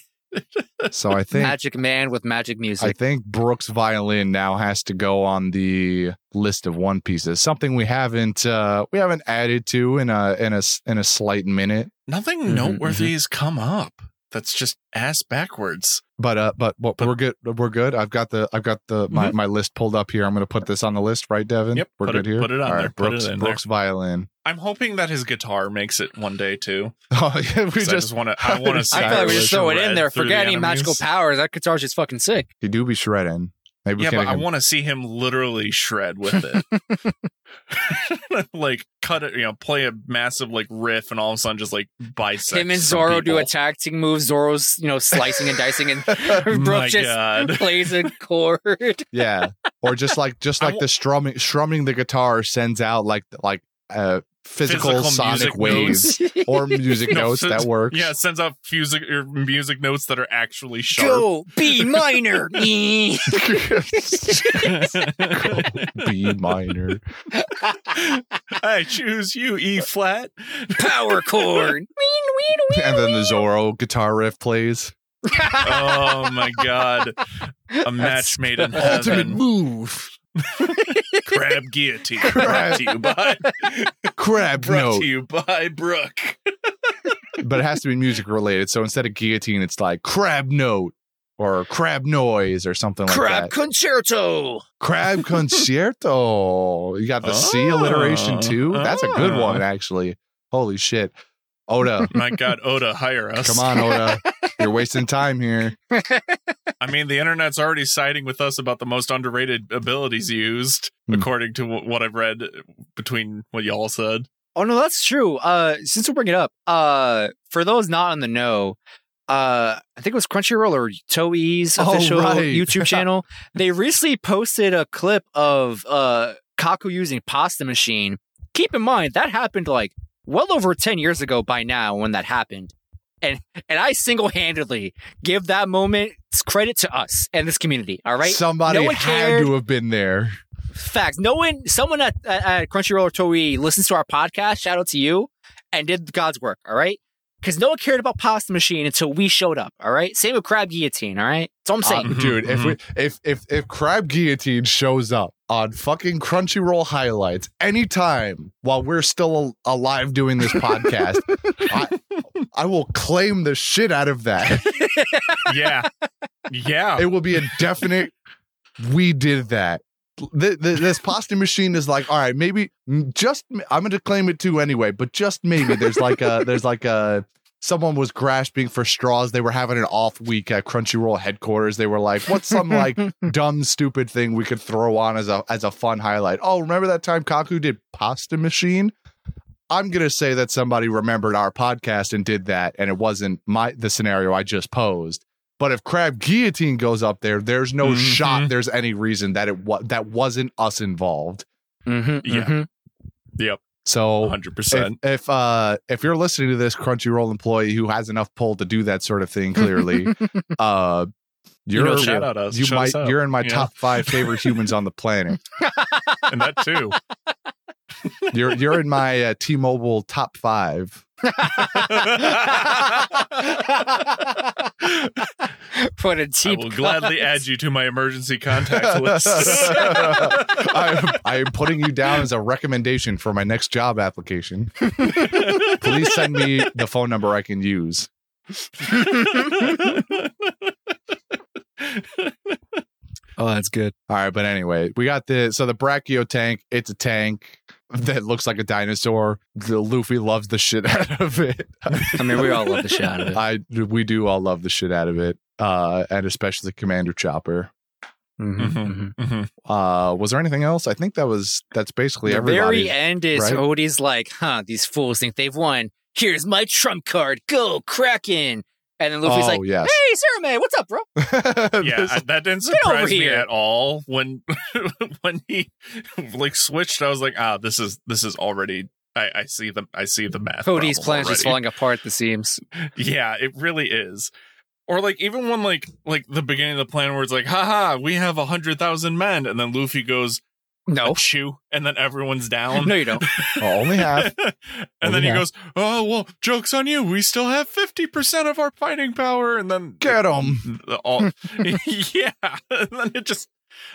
S2: So I think
S1: Magic man with magic
S2: I
S1: music.
S2: think Brooks' violin now has to go on the list of one pieces. Something we haven't uh, we haven't added to in a in a s- in a slight minute.
S3: Nothing
S1: Mhm,
S3: noteworthy has come up. That's just ass backwards.
S2: But uh, but, but we're good. We're good. I've got the I've got the my, my list pulled up here. I'm going to put this on the list, right, Devin?
S3: Mm-hmm. Yep,
S2: we're
S3: put
S2: good
S3: it-
S2: here.
S3: put it on there, put it
S2: Brooks
S3: in there.
S2: Brooks violin.
S3: I'm hoping that his guitar makes it one day too.
S2: Oh yeah, we
S3: 'cause
S2: just
S3: I just want to. I want to.
S1: I, feel like we just throw it in there. Forget any magical
S3: power.
S1: powers. That guitar's just fucking sick.
S2: you do be shredding. Maybe we
S3: Yeah,
S2: can
S3: but
S2: make
S3: I
S2: him-
S3: want to see him literally shred with it. like cut it, you know, play a massive like riff, and all of a sudden just like bisect.
S1: Him and
S3: some
S1: Zoro do
S3: people.
S1: a tag team move. Zoro's, you know, slicing and dicing, and Brooke
S3: My
S1: just
S3: God.
S1: plays a chord.
S2: yeah, or just like just
S3: I
S2: like
S3: wa-
S2: the strumming strumming the guitar sends out like like uh, physical,
S3: Physical
S2: sonic
S3: music
S2: waves or music
S3: No,
S2: notes that
S3: phys-
S2: works.
S3: Yeah, it sends out music or music notes that are actually sharp.
S1: Go B minor.
S2: B minor.
S3: I choose you, E flat.
S1: power chord.
S2: And then the Zorro guitar riff plays.
S3: Oh my god, a match made in heaven.
S2: move.
S3: Crab guillotine.
S2: Crab-
S3: Brought to you by.
S2: Crab
S3: Brought
S2: note.
S3: to you by Brooke.
S2: but it has to be music related. So instead of guillotine, it's like crab note or crab noise or something
S1: Crab
S2: like that.
S1: concerto.
S2: Crab concerto. You got the C alliteration
S3: Oh,
S2: too. That's a good
S3: oh.
S2: one, actually. Holy shit. Oda,
S3: My God, Oda, hire us.
S2: come on, Oda. You're wasting time here.
S3: I mean, the internet's already siding with us about the most underrated abilities used,
S2: Hmm.
S3: according to wh- what I've read between what y'all said.
S1: Oh no, that's true. Uh, since we bring it up, uh, for those not on the know, uh, I think it was Crunchyroll or Toei's
S2: Oh,
S1: official
S2: right.
S1: YouTube channel. they recently posted a clip of uh Kaku using pasta machine. Keep in mind that happened like well over ten years ago by now when that happened. And and I single handedly give that moment credit to us and this community. All right,
S2: Somebody
S1: No one
S2: had
S1: cared.
S2: to have been there.
S1: Facts. No one, someone at, at, at Crunchyroll or Toei listens to our podcast. Shout out to you, and did God's work. All right, because no one cared about Pasta Machine until we showed up. All right, same with Crab Guillotine. All right, that's all I'm saying.
S2: Uh, dude, if
S3: Mhm,
S2: we if if if Crab Guillotine shows up on fucking Crunchyroll highlights anytime while we're still al- alive doing this podcast, I, I will claim the shit out of that.
S3: Yeah. Yeah.
S2: It will be a definite. We did that. Th- th- this pasta machine is like, all right, maybe mm, just I'm going to claim it too anyway, but just maybe there's like a there's like a someone was grasping for straws. They were having an off week at Crunchyroll headquarters. They were like, what's
S3: Um,
S2: some like dumb, stupid thing we could throw on as a as a fun highlight. Oh, remember that time Kaku did pasta machine? I'm gonna say that somebody remembered our podcast and did that, and it wasn't my the scenario I just posed. But if Crab Guillotine goes up there, there's no
S3: Mhm.
S2: shot. There's any reason that it wa- that wasn't us involved.
S1: Mhm,
S3: Yeah.
S1: mhm.
S3: Yep,
S2: So
S3: hundred percent.
S2: if, if uh if you're listening to this Crunchyroll employee who has enough pull to do that sort of thing, clearly, uh
S3: You
S2: you're
S3: know, shout out us.
S2: you
S3: shout
S2: might
S3: us out,
S2: you're in my
S3: you know?
S2: top five favorite humans on the planet.
S3: and that too.
S2: You're you're in my uh, T-Mobile top five.
S1: What mm-hmm. a
S3: I
S1: deep
S3: will gladly add you to my emergency contact list.
S2: I'm, I'm putting you down as a recommendation for my next job application. Please send me the phone number I can use.
S1: Oh, that's good.
S2: All right, but anyway, we got the so the Brachio tank. It's a tank that looks like a dinosaur. The Luffy loves the shit out of it.
S1: I mean, we all love the shit out of it.
S2: I we do all love the shit out of it, uh, and especially Commander Chopper.
S1: Mhm, mhm.
S3: Mhm, mhm.
S2: Uh, was there anything else? I think that was that's basically
S1: The
S2: everybody.
S1: very end is
S2: right?
S1: Odie's like, huh, these fools think they've won. Here's my trump card. Go, Kraken. And then Luffy's
S2: oh
S1: like,
S2: yes,
S1: hey, Sarah May, what's up, bro?
S3: Yeah, I- that didn't
S1: Get over
S3: surprise me
S1: here.
S3: at all. When when he like switched, I was like, ah, this is this is already. I, I see the I see the math.
S1: Odie's
S2: Oh,
S3: problem
S1: plan's just
S3: already.
S1: falling apart, the seams.
S3: Yeah, it really is. Or like even when like like the beginning of the plan where it's like, haha, we have a hundred thousand men, and then Luffy goes
S1: No.
S3: chew, and then everyone's down.
S1: No, you don't.
S2: Oh, only half.
S3: and then he
S2: Yeah.
S3: goes, "Oh well, jokes on you. We still have fifty percent of our fighting power." And then
S2: Get him.
S3: the- all, yeah. And then it just,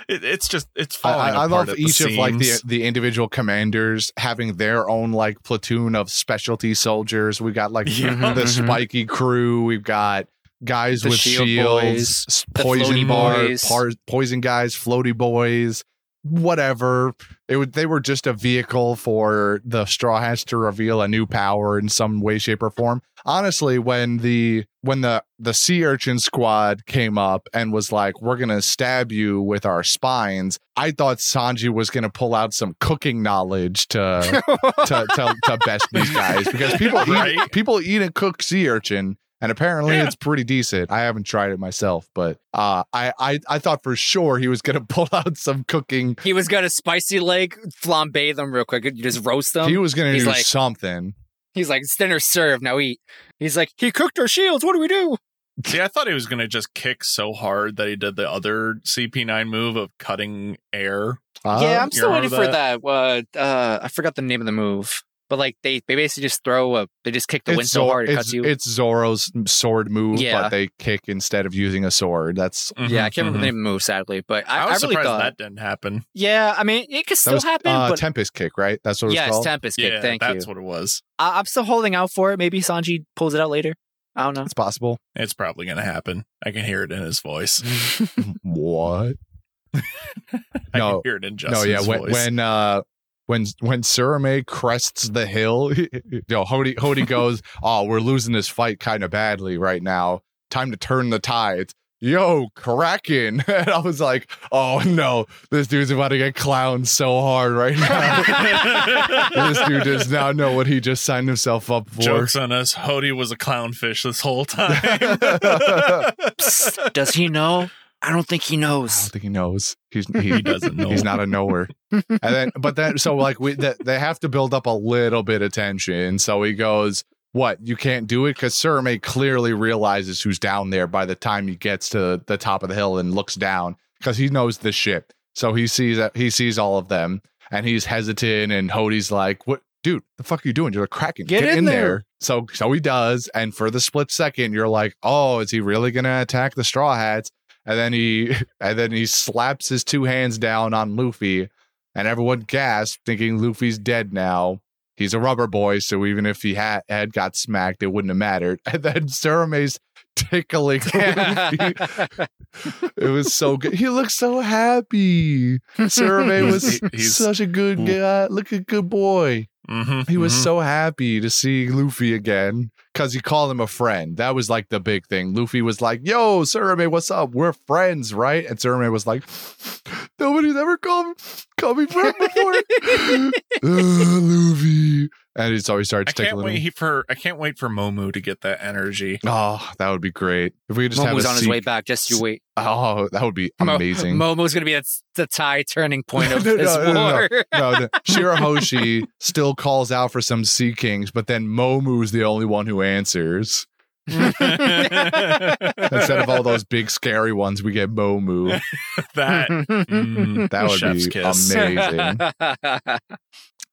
S3: it, it's just, it's
S2: I,
S3: falling.
S2: I I
S3: apart
S2: love
S3: at the
S2: each of like the
S3: seams.
S2: the individual commanders having their own like platoon of specialty soldiers. We got like
S3: Yeah.
S2: the
S1: Mhm.
S2: spiky crew. We've got guys
S1: The
S2: with
S1: shield
S2: shields, s-
S1: the floaty
S2: poison bar,
S1: boys.
S2: par, poison guys, floaty boys, whatever. It would, they were just a vehicle for the Straw Hats to reveal a new power in some way, shape, or form. Honestly, when the when the the sea urchin squad came up and was like, "We're gonna stab you with our spines," I thought Sanji was gonna pull out some cooking knowledge to to, to, to best these guys because people eat,
S3: Right.
S2: people eat and cook sea urchin and apparently
S3: Yeah.
S2: it's pretty decent. I haven't tried it myself, but uh, I, I I thought for sure he was gonna pull out some cooking.
S1: He was gonna spicy leg flambe them real quick. You just roast them.
S2: he was gonna
S1: he's
S2: do
S1: like-
S2: something.
S1: He's like, it's dinner served, now eat. He's like, he cooked our shields, what do we do?
S3: See, I thought he was gonna just kick so hard that he did the other CP9 move of cutting air.
S2: Uh,
S1: yeah, I'm
S3: you
S1: still waiting
S3: remember
S1: for that. Uh, uh, I forgot the name of the move. But like they, they basically just throw a they just kick the wind
S2: it's,
S1: so
S2: Zor-
S1: hard it
S2: it's,
S1: cuts you.
S2: it's Zoro's sword move,
S1: Yeah.
S2: but they kick instead of using a sword. That's
S1: yeah, I can't remember
S2: mm-hmm.
S3: Mhm,
S1: the name of the move sadly, but
S3: mhm.
S1: I,
S3: I
S1: I,
S3: was
S1: really
S3: surprised
S1: thought
S3: that didn't happen.
S1: Yeah, I mean it could
S2: that
S1: still
S2: was
S1: happen,
S2: uh,
S1: but
S2: tempest kick, right? That's what
S1: yes,
S2: it's called.
S1: Tempest kick,
S3: yeah,
S1: thank you.
S3: that's what it was.
S1: I, I'm still holding out for it. Maybe Sanji pulls it out later. I don't know.
S2: it's possible.
S3: It's probably gonna happen. I can hear it in his voice.
S2: what?
S3: I
S2: No.
S3: can hear it in Justin's
S2: no, yeah, when
S3: voice.
S2: when uh, when when Surame crests the hill, you know, Hody Hody goes, "Oh, we're losing this fight kind of badly right now. Time to turn the tides." Yo, Kraken! And I was like, "Oh no, this dude's about to get clowned so hard right now." this dude does not know what he just signed himself up for.
S3: Jokes on us. Hody was a clownfish this whole time.
S1: Psst, does he know? I don't think he
S2: I don't
S1: knows.
S2: think he knows. He's
S3: he
S2: he,
S3: doesn't know.
S2: He's not a knower. and then, but then, so like we, that they have to build up a little bit of tension. So he goes, "What? You can't do it?" Because Surame clearly realizes who's down there by the time he gets to the top of the hill and looks down because he knows the ship. So he sees that he sees all of them, and he's hesitant. And Hody's like, "What, dude? The fuck are you doing? You're a kraken.
S1: Get in there."
S2: So, so he does. And for the split second, you're like, "Oh, is he really gonna attack the Straw Hats?" And then he and then he slaps his two hands down on Luffy, and everyone gasps, thinking Luffy's dead now. He's a rubber boy, so even if he had, had got smacked, it wouldn't have mattered. And then Sarame's tickling him. it was so good. He looked so happy. Sarame was
S3: He's- he's-
S2: such a good guy. Look a good boy.
S3: Mhm,
S2: He was
S3: mhm.
S2: so happy to see Luffy again because he called him a friend. That was like the big thing. Luffy was like, Yo, Sarame, what's up? We're friends, right? And Sarame was like, Nobody's ever called, called me friend before. Ugh, Uh, Luffy. and it always starts
S3: I can't
S2: tickling.
S3: wait
S2: him.
S3: he- for I can't wait for Momu to get that energy.
S2: Oh, that would be great if we could just have
S1: Momo's
S2: a
S1: on his
S2: sequ-
S1: way back. Just you wait.
S2: Oh, that would be
S1: Mo-
S2: amazing.
S1: Momo's going to be at s- the tie turning point of
S2: No, no,
S1: this
S2: no, no,
S1: war.
S2: no, the, Shirahoshi still calls out for some sea kings, but then Momu's the only one who answers. Instead of all those big scary ones, we get Momu.
S3: that mm,
S2: That would
S3: chef's
S2: be
S3: kiss.
S2: amazing.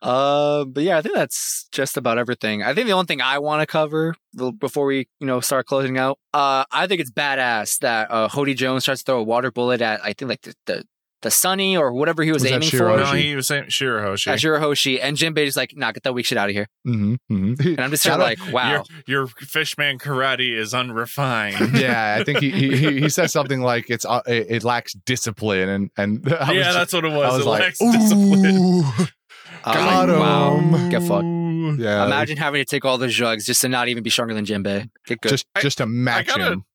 S1: uh, but yeah, I think that's just about everything. I think the only thing I want to cover l- before we, you know, start closing out, uh, I think it's badass that uh, Hody Jones tries to throw a water bullet at, I think, like the the, the Sunny or whatever he was,
S2: Was that
S1: aiming
S2: Shiro?
S1: for.
S3: no, he was saying Shirahoshi.
S1: At Shirahoshi, and Jinbei is like, nah, get that weak shit out of here.
S2: Mhm, mhm.
S1: And I'm just here
S2: Shout out-
S1: like, wow.
S3: Your, your fishman karate is unrefined.
S2: yeah, I think he he, he, he said something like it's uh, it, it lacks discipline, and and I was
S3: yeah,
S2: ju-
S3: that's what it
S2: I
S3: was.
S2: was
S3: It
S2: like,
S3: lacks
S2: "Ooh."
S3: discipline.
S1: I was uh,
S2: Got
S1: like, wow.
S2: him.
S1: Get fucked.
S3: Ooh.
S2: yeah,
S1: Imagine having to take all the drugs just to not even be stronger than Jinbei. Get good.
S2: just
S3: I-
S2: just a match
S3: gotta-
S2: him.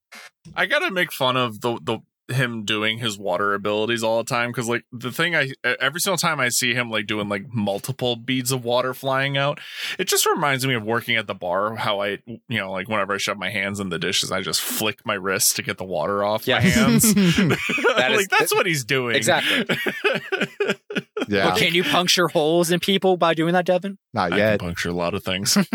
S3: I gotta make fun of the the him doing his water abilities all the time because like the thing I e, every single time I see him like doing like multiple beads of water flying out, it just reminds me of working at the bar. How I you know like whenever I shove my hands in the dishes, I just flick my wrist to get the water off
S1: Yeah.
S3: my hands.
S1: That is-
S3: like that's what he's doing
S1: Exactly.
S2: Yeah,
S1: Well, can you puncture holes in people by doing that, Devin?
S2: not
S3: I
S2: yet.
S3: can puncture a lot of things.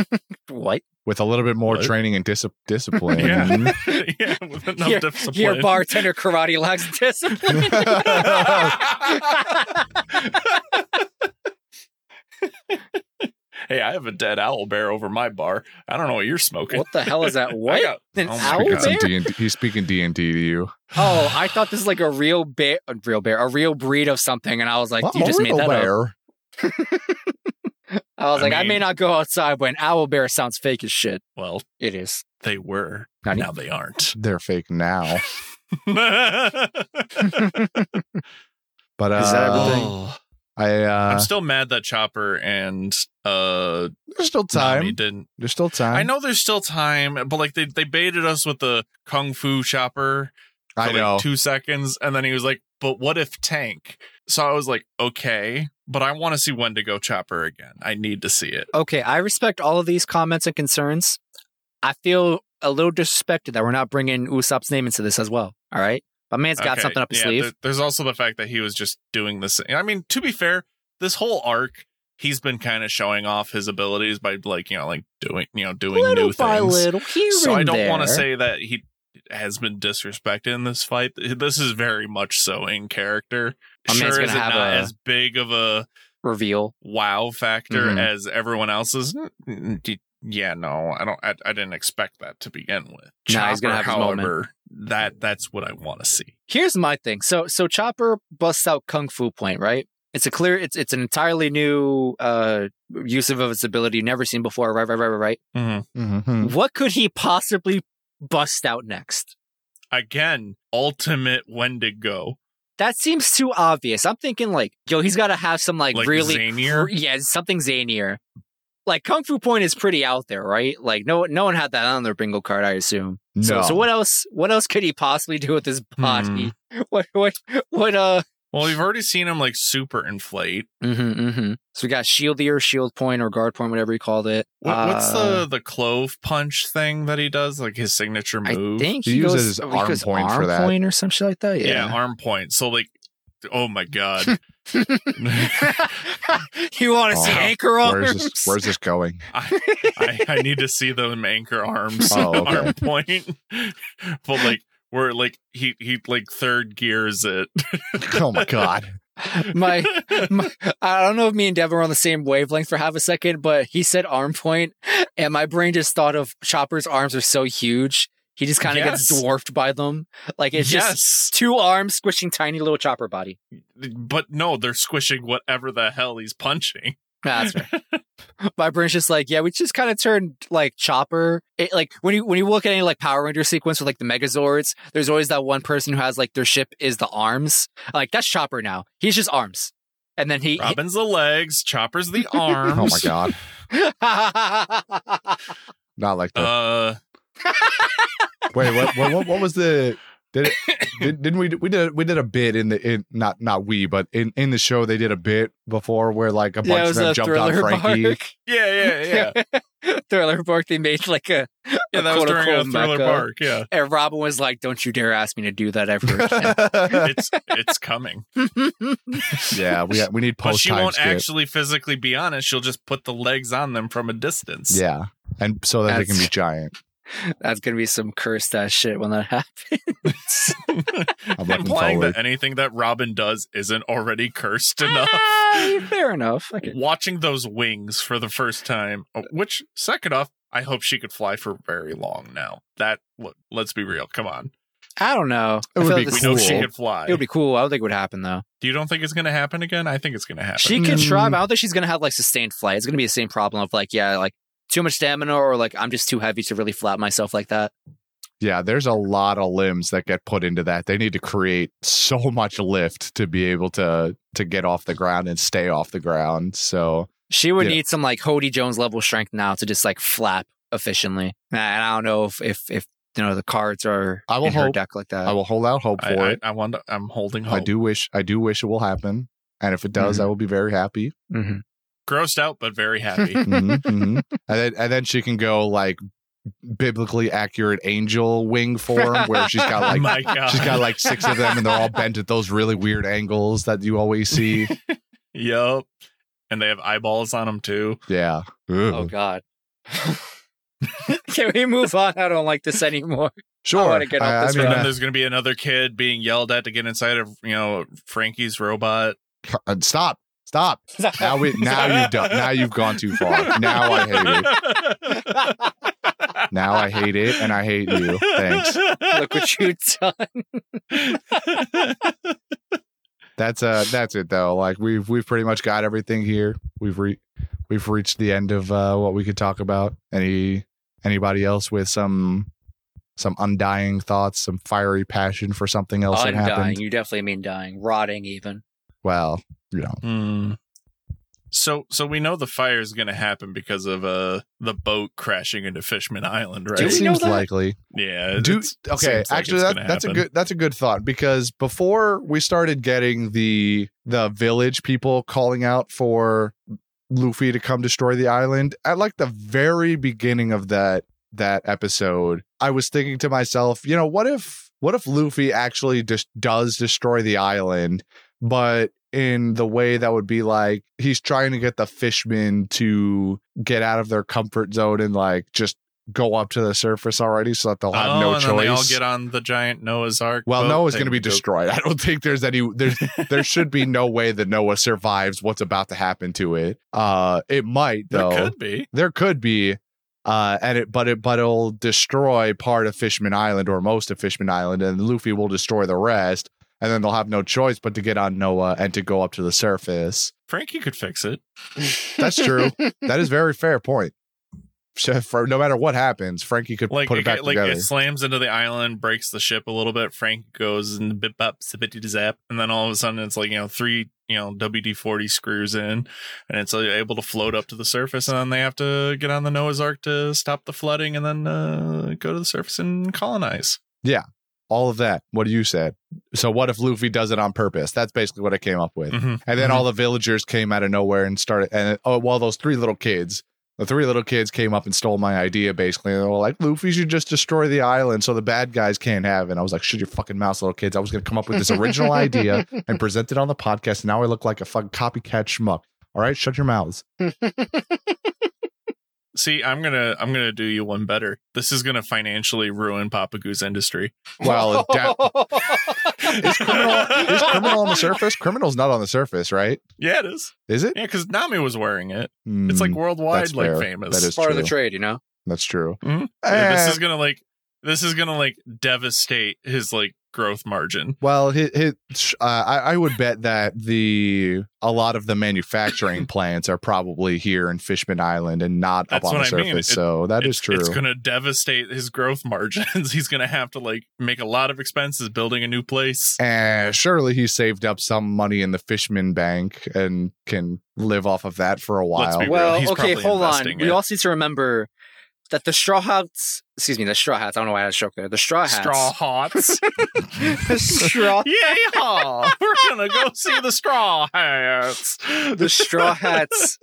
S1: What?
S2: With a little bit more
S3: What?
S2: training and dis- discipline.
S3: yeah, yeah, with enough
S1: Your-
S3: discipline.
S1: Your bartender karate lacks discipline.
S2: Mm-hmm.
S3: hey, I have a dead owl bear over my bar. I don't know what you're smoking.
S1: what the hell is that?
S3: I
S1: What?
S3: got-
S1: An
S3: oh my
S1: owl
S2: Speaking
S3: God.
S1: bear?
S2: some D&D he's speaking D and D to you.
S1: Oh, I thought this was like a real bear, a real bear, a real breed of something, and I was like,
S2: Well,
S1: you just
S2: I'm
S1: made that up.
S2: aware.
S1: I was
S3: I
S1: like, I may
S3: mean-
S1: not go outside, but an owl bear sounds fake as shit.
S3: well,
S1: It is.
S3: they were.
S1: Not
S2: e-
S3: now they aren't.
S2: They're fake now. But uh,
S1: Is that everything?
S3: Oh.
S2: I uh,
S3: I'm still mad that Chopper and uh
S2: there's still
S3: Nami
S2: time.
S3: didn't.
S2: There's still time.
S3: I know there's still time, but like they they baited us with the kung fu Chopper for
S2: I
S3: like
S2: know.
S3: two seconds, and then he was like, "But what if Tank?" So I was like, "Okay." But I want to see Wendigo Chopper again. I need to see it.
S1: Okay, I respect all of these comments and concerns. I feel a little disrespected that we're not bringing Usopp's name into this as well. All right, my man's got
S3: Okay,
S1: something up his
S3: yeah,
S1: sleeve.
S3: there- there's also the fact that he was just doing this. I mean, to be fair, this whole arc, he's been kind of showing off his abilities by like you know like doing you know doing
S1: little
S3: new
S1: by
S3: things.
S1: little, here
S3: So
S1: and
S3: I don't want to
S1: there.
S3: say that he has been disrespected in this fight. This is very much so in character.
S1: I mean,
S3: sure,
S1: it's
S3: is
S1: gonna
S3: it
S1: have
S3: not
S1: a-
S3: as big of a
S1: reveal.
S3: wow factor
S1: Mhm.
S3: as everyone else's? Mm, mm, d- Yeah, no, I don't. I, I didn't expect that to begin with.
S1: Nah, he's gonna
S3: Chopper,
S1: have his moment.
S3: however, that that's what I want to see.
S1: Here's my thing. So so Chopper busts out Kung Fu Point, right? It's a clear. It's it's an entirely new uh use of its ability you've never seen before. Right, right, right, right, right.
S3: Mm-hmm.
S2: Mhm.
S1: What could he possibly bust out next?
S3: again, ultimate Wendigo.
S1: That seems too obvious. I'm thinking like, yo, he's got to have some like,
S3: Like
S1: really
S3: zanier?
S1: cr- yeah, something zanier. Like Kung Fu Point is pretty out there, right? Like no no one had that on their bingo card, I assume. So,
S2: No.
S1: so what else what else could he possibly do with his body? What what what uh
S3: Well, we've already seen him like super inflate.
S1: Mm-hmm, mm-hmm. So we got shield ear, shield point, or guard point, whatever you called it.
S3: What, what's
S1: Uh,
S3: the the clove punch thing that he does? Like his signature
S1: I
S3: move.
S1: think
S2: He
S1: he,
S2: uses
S1: goes,
S2: his
S1: oh,
S2: arm
S1: he goes
S2: point for
S1: arm
S2: that.
S1: point or some shit like that.
S3: yeah.
S1: Yeah.
S3: arm point. So like, oh my god,
S1: you want to
S2: Oh,
S1: see anchor arms?
S2: Where's this? Where's this going?
S3: I, I need to see them anchor arms,
S2: Oh, okay.
S3: arm point. but like, where like he he like third gears it.
S2: Oh my god!
S1: my, my, I don't know if me and Devin were on the same wavelength for half a second, but he said arm point, and my brain just thought of Chopper's arms are so huge, he just kind of gets
S3: Yes.
S1: dwarfed by them. Like it's just
S3: yes,
S1: two arms squishing tiny little Chopper body.
S3: but no, they're squishing whatever the hell he's punching.
S1: Nah, that's fair. My brain's just like, yeah, we just kind of turned like Chopper. It, like when you when you look at any like Power Ranger sequence with like the Megazords, there's always that one person who has like their ship is the arms. Like that's Chopper now. He's just arms, and then he.
S3: Robin's the legs, Chopper's the arms.
S2: Oh my god! Not like that.
S3: Uh,
S2: Wait, what, what? What? What was the? Did it, did, didn't we? We did we did a bit in the in not not we but in in the show they did a bit before where like a bunch
S1: yeah, it
S2: of
S1: was
S2: them
S1: a
S2: jumped on
S1: thriller
S2: Frankie.
S1: bark.
S3: Yeah, yeah, yeah.
S1: thriller bark. They made like a
S3: Yeah, that was during a
S1: quote-unquote
S3: thriller
S1: mecca.
S3: park. Yeah.
S1: And Robin was like, "Don't you dare ask me to do that ever again."
S3: It's it's coming.
S2: yeah, we we need
S3: But
S2: post
S3: she
S2: time
S3: won't
S2: skip.
S3: actually physically be on it. She'll just put the legs on them from a distance.
S2: yeah, and so that they can be
S1: That's-
S2: giant.
S1: That's gonna be some cursed ass shit when that happens.
S2: I'm looking
S3: Implying
S2: forward.
S3: that anything that Robin does isn't already cursed enough.
S1: Ah, fair enough. I could-
S3: Watching those wings for the first time, uh, which, second off, I hope she could fly for very long now. That, look, let's be real. Come on.
S1: I don't know.
S2: It
S1: I feel
S2: would be
S1: like
S3: We
S1: this
S3: know
S1: is
S3: she
S2: Cool.
S3: could fly.
S1: It would be cool. I don't think it would happen though.
S3: Do you don't think it's going to happen again? I think it's going to happen.
S1: She can
S2: Mm.
S1: try, but I don't think she's gonna have like sustained flight. It's gonna be the same problem of like, yeah, like too much stamina or like I'm just too heavy to really flap myself like that.
S2: Yeah, there's a lot of limbs that get put into that. They need to create so much lift to be able to to get off the ground and stay off the ground. So
S1: She would
S2: Yeah.
S1: need some like Hody Jones level strength now to just like flap efficiently. And I don't know if if, if you know the cards are
S2: I will
S1: in her
S2: hope-
S1: deck like that.
S2: I will hold out hope
S3: I,
S2: for
S3: I,
S2: it.
S3: I want. to- I'm holding hope. Mm-hmm.
S2: I do wish I do wish it will happen. And if it does, I will be very happy.
S1: Mhm.
S3: Grossed out, but very happy.
S2: hmm and then and then she can go like biblically accurate angel wing form where she's got like
S3: Oh My God.
S2: she's got like six of them and they're all bent at those really weird angles that you always see.
S3: Yep. And they have eyeballs on them too.
S2: Yeah.
S1: Oh
S2: Ugh.
S1: God. Can we move on? I don't like this anymore.
S2: Sure.
S1: wanna get off this
S2: mean,
S3: And then
S1: Yeah.
S3: there's going to be another kid being yelled at to get inside of, you know, Frankie's robot.
S2: uh, stop. Stop. Now we now you've done now you've gone too far. Oh, Now I hate it. Now I hate it and I hate you. Thanks.
S1: Look what you done.
S2: That's uh that's it though. Like we've we've pretty much got everything here. We've re- we've reached the end of uh what we could talk about. Any anybody else with some some undying thoughts, some fiery passion for something else that
S1: Undying.
S2: happened?
S1: You definitely mean dying. Rotting even.
S2: Well, you know.
S3: Hmm. So, so we know the fire is going to happen because of uh the boat crashing into Fishman Island,
S1: Do
S2: It
S1: we
S3: right?
S1: know
S2: seems
S1: that?
S2: likely.
S3: Yeah.
S2: Do
S3: it's-
S2: okay.
S3: seems like
S2: Actually,
S3: it's
S2: that,
S3: gonna
S2: that's a
S3: happen.
S2: good that's a good thought because before we started getting the the village people calling out for Luffy to come destroy the island, at like the very beginning of that that episode, I was thinking to myself, you know, what if what if Luffy actually just does destroy the island, but in the way that would be like he's trying to get the fishmen to get out of their comfort zone and like just go up to the surface already so that they'll have
S3: oh,
S2: no
S3: and
S2: choice.
S3: Then they all get on the giant Noah's Ark.
S2: well,
S3: boat
S2: Noah's
S3: thing
S2: going to be
S3: go-
S2: destroyed. I don't think there's any there's there should be no way that Noah survives what's about to happen to it. Uh it might
S3: There
S2: though.
S3: could be.
S2: There could be uh and it but it but it'll destroy part of Fishman Island or most of Fishman Island and Luffy will destroy the rest and then they'll have no choice but to get on Noah and to go up to the surface.
S3: Frankie could fix it.
S2: That's true. that is very fair point. So for, no matter what happens, Frankie could
S3: Like,
S2: put
S3: it,
S2: it back
S3: like
S2: together.
S3: it slams into the island, breaks the ship a little bit. Frank goes and bip bop, zippity zap, and then all of a sudden it's like you know three you know WD forty screws in, and it's like, able to float up to the surface, and then they have to get on the Noah's Ark to stop the flooding, and then uh, go to the surface and colonize.
S2: all of that. What you said. So what if Luffy does it on purpose? That's basically what I came up with.
S3: Mhm.
S2: And then
S3: Mhm.
S2: all the villagers came out of nowhere and started. And oh, well, those three little kids. The three little kids came up and stole my idea basically. And they were like, Luffy should just destroy the island so the bad guys can't have it. And I was like, shut your fucking mouth, little kids. I was going to come up with this original idea and present it on the podcast. And now I look like a fucking copycat schmuck. All right, shut your mouths.
S3: See, I'm gonna I'm gonna do you one better. This is gonna financially ruin Papa Goo's industry.
S2: Well, it da- is, criminal, is criminal on the surface? Criminal's not on the surface, right?
S3: Yeah, it is.
S2: Is it?
S3: Yeah, because Nami was wearing it. It's like
S2: Mm,
S3: worldwide,
S2: that's
S3: like
S2: fair.
S3: famous.
S2: That is
S1: part of the
S2: true.
S1: trade, you know.
S2: That's true.
S3: Mhm.
S2: Eh,
S3: this is gonna like this is gonna like devastate his like growth margin.
S2: Well, hi hi sh- uh, I, I would bet that the a lot of the manufacturing plants are probably here in Fishman Island and not
S3: That's
S2: up on the
S3: what I
S2: surface.
S3: mean. It-
S2: so that is
S3: It's-
S2: true.
S3: It's gonna devastate his growth margins. He's gonna have to like make a lot of expenses building a new place.
S2: and surely he saved up some money in the Fishman Bank and can live off of that for a
S3: Let's
S2: while.
S3: be-
S1: Well,
S3: He's
S1: okay,
S3: probably
S1: hold on.
S3: investing
S1: We
S3: it.
S1: also need to remember that the Straw Hats, excuse me, the Straw Hats, I don't know why I had a stroke there. The Straw Hats.
S4: Straw Hats.
S1: the straw,
S4: yeah, we're gonna go see the Straw Hats.
S1: the Straw Hats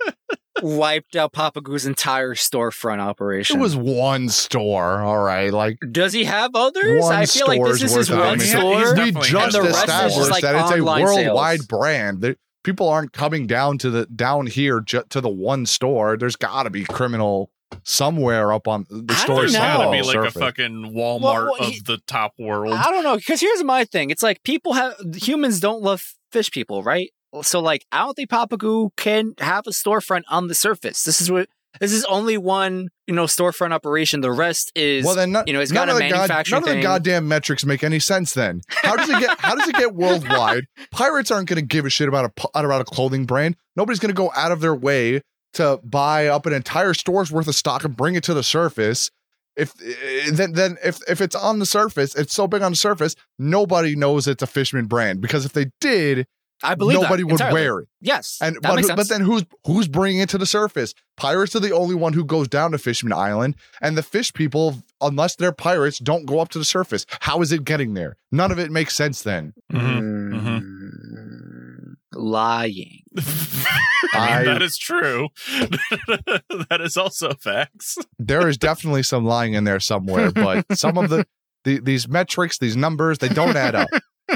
S1: wiped out Papa Goo's entire storefront
S2: It
S1: operation.
S2: was one store, all right. Like
S1: Does he have others?
S2: One
S1: I feel like this is
S2: store's
S1: his
S2: worth of
S1: one
S2: it.
S3: He's- he's
S1: store.
S3: done-
S2: we
S3: definitely
S2: just
S1: has- And the rest is just,
S2: established
S1: like,
S2: that it's a
S1: online sales.
S2: worldwide brand. There- people aren't coming down to the down here ju- to the one store. There's got to be criminal somewhere up on
S1: I
S2: the
S1: don't
S2: store.
S3: There's
S1: know.
S3: gotta
S2: sale
S3: be like
S2: surface.
S3: a fucking Walmart
S1: Well, well, he-
S3: of the top world.
S1: I don't know. Because here's my thing. It's like people have humans don't love fish people, right? So like I don't think Papago can have a storefront on the surface. This is what this is only one you know storefront operation. The rest is
S2: Well, then, no-
S1: you know it's
S2: none
S1: got a
S2: of the god-
S1: manufacturing
S2: none of the
S1: thing.
S2: goddamn metrics make any sense. Then how does it get? How does it get worldwide? Pirates aren't going to give a shit about a pu- about a clothing brand. Nobody's going to go out of their way to buy up an entire store's worth of stock and bring it to the surface. If eh, then then if if it's on the surface, it's so big on the surface, nobody knows it's a Fishman brand because if they did,
S1: I believe that
S2: nobody would
S1: entirely.
S2: wear it.
S1: Yes,
S2: And
S1: that
S2: but,
S1: makes sense.
S2: who- but then who's who's bringing it to the surface? Pirates are the only one who goes down to Fishman Island, and the fish people, unless they're pirates, don't go up to the surface. How is it getting there? None of it makes sense. Then
S3: Mhm.
S1: Mm-hmm. Mm, lying.
S3: I
S2: I-
S3: mean, that is true. that is also facts.
S2: there is definitely some lying in there somewhere, but some of the, the these metrics, these numbers, they don't add up.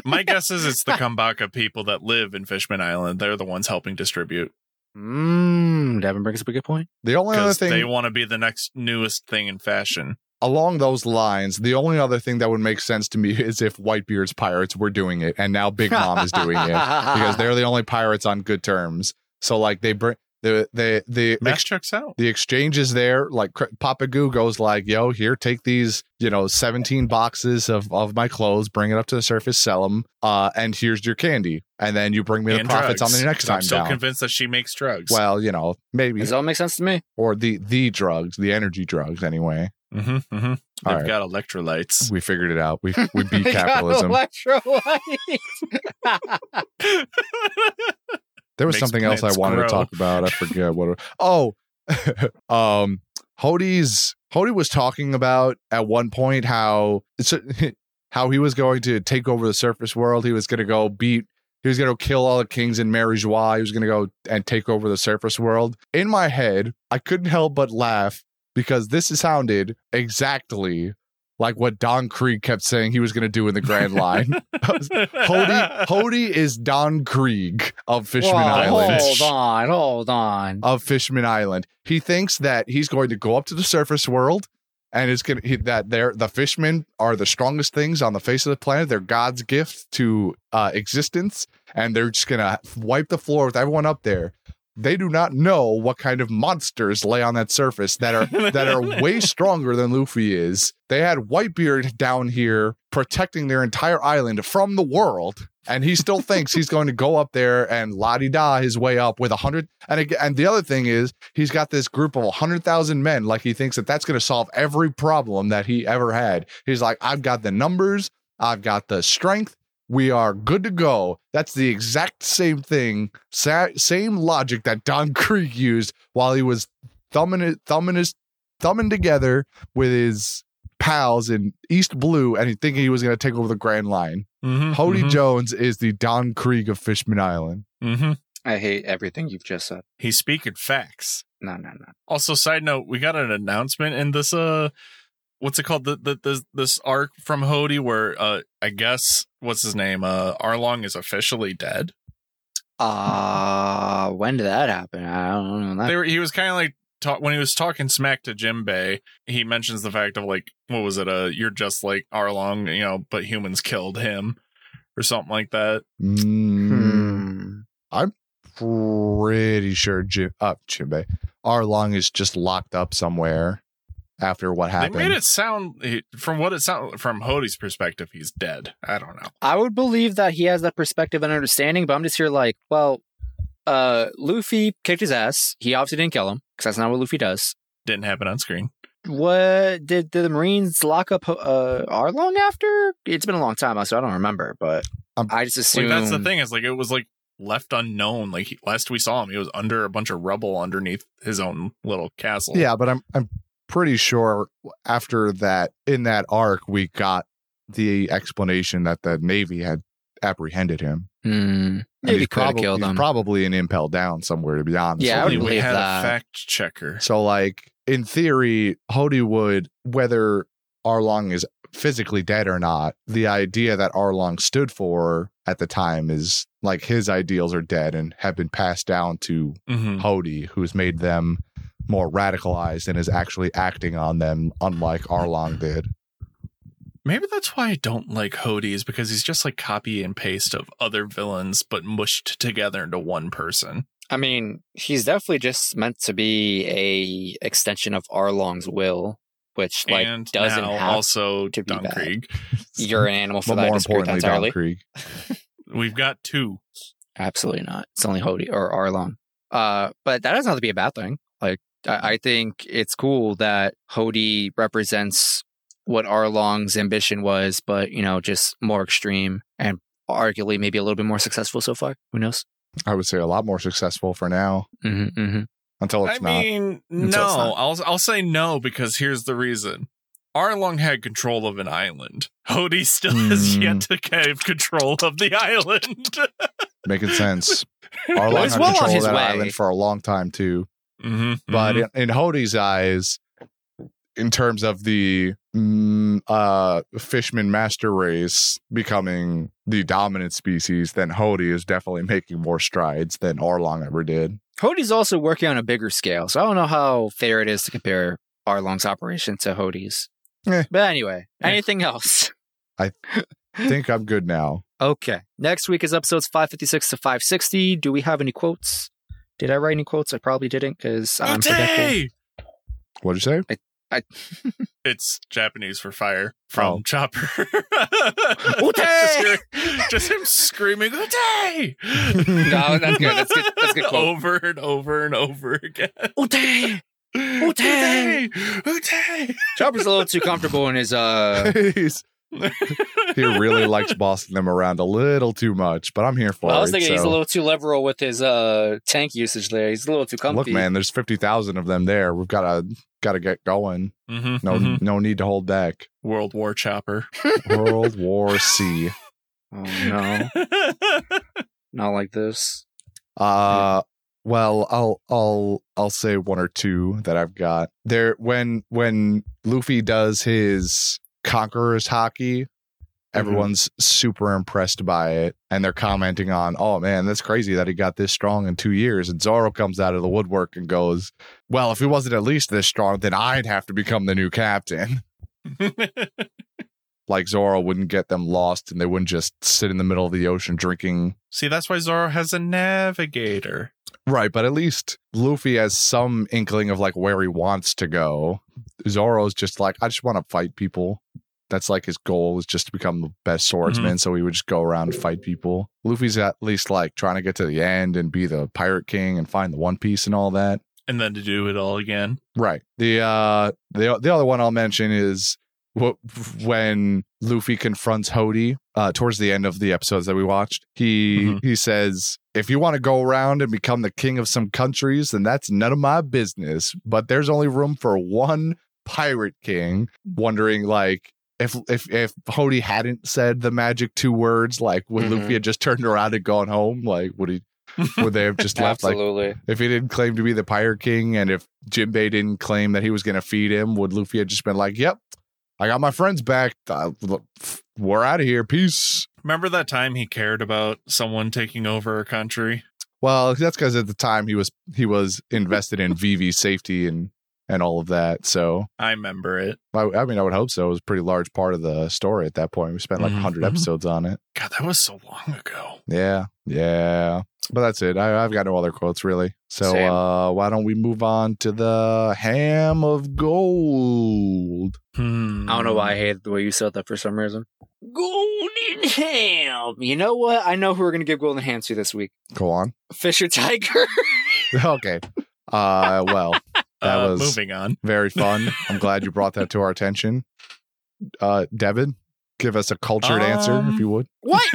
S3: My guess is it's the Kambaka people that live in Fishman Island. They're the ones helping distribute
S1: Mm, Devin brings up a good point.
S2: The only other
S3: because
S2: thing
S3: they want to be the next newest thing in fashion.
S2: along those lines, the only other thing that would make sense to me is if Whitebeard's pirates were doing it, and now Big Mom is doing it. because they're the only pirates on good terms. So like they bring the the the
S3: Mass checks out.
S2: the exchange is there. Like Cr- Papa Goo goes like, "Yo, here, take these, you know, seventeen boxes of of my clothes. Bring it up to the surface, sell them, uh, and here's your candy. And then you bring me the
S3: And
S2: profits
S3: drugs,
S2: on the next
S3: 'cause
S2: time
S3: I'm so
S2: down.
S3: convinced that she makes drugs.
S2: well, you know, maybe
S1: Does that all make sense to me?
S2: or the the drugs, the energy drugs. Anyway,
S3: hmm hmm they've
S2: All right.
S3: got electrolytes.
S2: we figured it out. We we beat
S1: They got
S2: capitalism.
S1: electrolyte.
S2: There was
S3: Makes
S2: something else I
S3: plants
S2: wanted to
S3: grow.
S2: talk about. I forget what. it- Oh, um, Hodie's Hodie was talking about at one point how so, how he was going to take over the surface world. He was going to go beat. He was going to kill all the kings in Marijois. He was going to go and take over the surface world. In my head, I couldn't help but laugh because this sounded exactly like what Don Krieg kept saying he was going to do in the Grand Line. Hody, Hody is Don Krieg of Fishman
S1: Whoa,
S2: Island.
S1: Hold on, hold on.
S2: Of Fishman Island, he thinks that he's going to go up to the surface world, and it's going to that they're the fishmen are the strongest things on the face of the planet. They're God's gift to uh, existence, and they're just going to wipe the floor with everyone up there. They do not know what kind of monsters lay on that surface that are that are way stronger than Luffy is. They had Whitebeard down here protecting their entire island from the world, and he still thinks he's going to go up there and la di da his way up with a hundred. And ag- and the other thing is, he's got this group of a hundred thousand men. Like he thinks that that's going to solve every problem that he ever had. He's like, I've got the numbers, I've got the strength. We are good to go. That's the exact same thing, sa- same logic that Don Krieg used while he was thumbing it, thumbing his thumbing together with his pals in East Blue and he thinking he was going to take over the Grand Line.
S3: Mhm,
S2: Hody
S3: mhm,
S2: Jones is the Don Krieg of Fishman Island.
S3: mhm.
S1: I hate everything you've just said.
S3: He's speaking facts.
S1: No, no, no.
S3: Also, side note, we got an announcement in this uh what's it called? The, the, this this arc from Hody where uh I guess what's his name? Uh Arlong is officially dead.
S1: Uh when did that happen? I don't know. That
S3: They were, he was kind of like ta- when he was talking smack to Jimbei, he mentions the fact of like what was it? Uh you're just like Arlong, you know, but humans killed him or something like that.
S2: Mm,
S1: Hmm.
S2: Pretty sure Jim, uh, Jimbe Arlong is just locked up somewhere after what happened.
S3: They made it sound he- from what it sound from Hody's perspective, he's dead. I don't know.
S1: I would believe that he has that perspective and understanding, but I'm just here like, well, uh Luffy kicked his ass. He obviously didn't kill him, because that's not what Luffy does.
S3: Didn't happen on screen.
S1: What did, did the Marines lock up uh Arlong after? It's been a long time, so I don't remember, but
S2: Um,
S1: I just assume
S3: Like that's the thing is like it was like left unknown. Like he, last we saw him, he was under a bunch of rubble underneath his own little castle.
S2: Yeah, but I'm I'm pretty sure after that in that arc we got the explanation that the navy had apprehended him.
S1: Hmm.
S2: And
S1: Maybe
S2: he's
S1: could have
S2: probab-
S1: killed
S2: he's
S1: them.
S2: probably an impel down somewhere to be honest.
S1: Yeah, I
S2: with
S1: would
S2: you.
S3: we
S1: believe
S3: had
S1: that.
S3: a fact checker.
S2: So, like in theory, Hodiewood, whether Arlong is physically dead or not, the idea that Arlong stood for at the time is like his ideals are dead and have been passed down to
S1: Mm.
S3: Mhm.
S2: Hody, who's made them more radicalized and is actually acting on them, unlike Arlong did.
S3: Maybe that's why I don't like Hody is because he's just like copy and paste of other villains, but mushed together into one person.
S1: I mean, he's definitely just meant to be a extension of Arlong's will, which like
S3: and
S1: doesn't
S3: now
S1: have.
S3: also
S1: to be
S3: Don
S1: bad.
S3: Krieg.
S1: you're an animal for
S2: But
S1: that. I
S2: more
S1: disagree with that
S2: importantly, Don
S1: entirely.
S2: Krieg.
S3: We've got two.
S1: Absolutely not. It's only Hody or Arlong. Uh, but that doesn't have to be a bad thing. Like, I, I think it's cool that Hody represents what Arlong's ambition was, but, you know, just more extreme and arguably maybe a little bit more successful so far. Who knows?
S2: I would say a lot more successful for now
S1: hmm hmm
S2: until it's
S3: I
S2: not.
S3: mean,
S2: Until it's
S3: no.
S2: not.
S3: I'll I'll say no because here's the reason. Arlong had control of an island. Hody still has
S2: Hmm.
S3: yet to have control of the island.
S2: Making sense.
S1: Well,
S2: Arlong
S1: he's
S2: had
S1: well on
S2: control of
S1: his
S2: that
S1: way.
S2: island for a long time, too.
S3: hmm
S2: but
S1: Mm-hmm.
S2: in, in Hodie's eyes, in terms of the mm, uh, fishman master race becoming the dominant species, then Hodie is definitely making more strides than Arlong ever did.
S1: Hody's also working on a bigger scale, so I don't know how fair it is to compare Arlong's operation to Hody's.
S2: Eh.
S1: But anyway,
S2: Eh.
S1: anything else?
S2: I think I'm good now.
S1: Okay. Next week is episodes 556 to 560. Do we have any quotes? Did I write any quotes? I probably didn't because I'm forgetful.
S3: Ute!
S2: What'd you say?
S1: I...
S3: It's Japanese for fire from
S2: Oh.
S3: Chopper.
S1: Ute!
S3: just, hear- just him screaming Ute!
S1: No, that's good. That's good. That's a good quote.
S3: Over and over and over again.
S1: Ute!
S3: Ute! Ute!
S1: Chopper's a little too comfortable in his uh
S2: He's- he really likes bossing them around a little too much, but I'm here for
S1: well, I was
S2: it.
S1: thinking he's a
S2: so-
S1: little too liberal with his uh tank usage there. He's a little too comfy.
S2: Look, man, there's fifty thousand of them there. We've gotta gotta get going.
S3: Mhm,
S2: No
S3: mhm.
S1: Mm-hmm.
S2: no need to hold back.
S3: World War Chopper.
S2: World War C.
S1: Oh no. Not like this.
S2: Uh well, I'll I'll I'll say one or two that I've got. There when when Luffy does his conqueror's hockey, everyone's super impressed by it and they're commenting on, "Oh man, that's crazy that he got this strong in 2 years." And Zoro comes out of the woodwork and goes, "Well, if he wasn't at least this strong, then I'd have to become the new captain." Like Zoro wouldn't get them lost and they wouldn't just sit in the middle of the ocean drinking
S3: See, that's why Zoro has a navigator.
S2: Right, but at least Luffy has some inkling of like where he wants to go. Zoro's just like, I just want to fight people. That's like his goal is just to become the best swordsman. So he would just go around and fight people. Luffy's at least like trying to get to the end and be the pirate king and find the One Piece and all that.
S3: And then to do it all again.
S2: Right. The uh the the other one I'll mention is wh- when Luffy confronts Hody uh, towards the end of the episodes that we watched. He
S3: Mhm.
S2: he says, "If you want to go around and become the king of some countries, then that's none of my business. But there's only room for one pirate king." Wondering like. If if if Hody hadn't said the magic two words, like would
S1: Mhm.
S2: Luffy had just turned around and gone home? Like would he? Would they have just left? Like
S1: Absolutely.
S2: if he didn't claim to be the Pirate King and if Jinbei didn't claim that he was going to feed him, would Luffy have just been like, yep, I got my friends back. Uh, look, pff, We're out of here. Peace.
S3: Remember that time he cared about someone taking over a country?
S2: Well, that's because at the time he was he was invested in VV safety and and all of that. So
S3: I remember it.
S2: I, I mean, I would hope so. It was a pretty large part of the story at that point. We spent like
S3: Mhm.
S2: 100
S3: Mhm.
S2: episodes on it.
S3: God, that was so long ago.
S2: Yeah, yeah. But that's it. I, I've got no other quotes really. So
S1: Same.
S2: uh, why don't we move on to the ham of gold?
S3: Hmm.
S1: I don't know why I hated the way you said that for some reason. Mm. Golden ham. You know what? I know who we're gonna give golden hands to this week.
S2: Go on.
S1: Fisher Tiger.
S2: Okay. Uh, well, That
S3: uh,
S2: was-
S3: moving on.
S2: very fun. I'm glad you brought that to our attention. Uh, Devin, give us a cultured answer if
S3: Um,
S2: you would.
S1: what?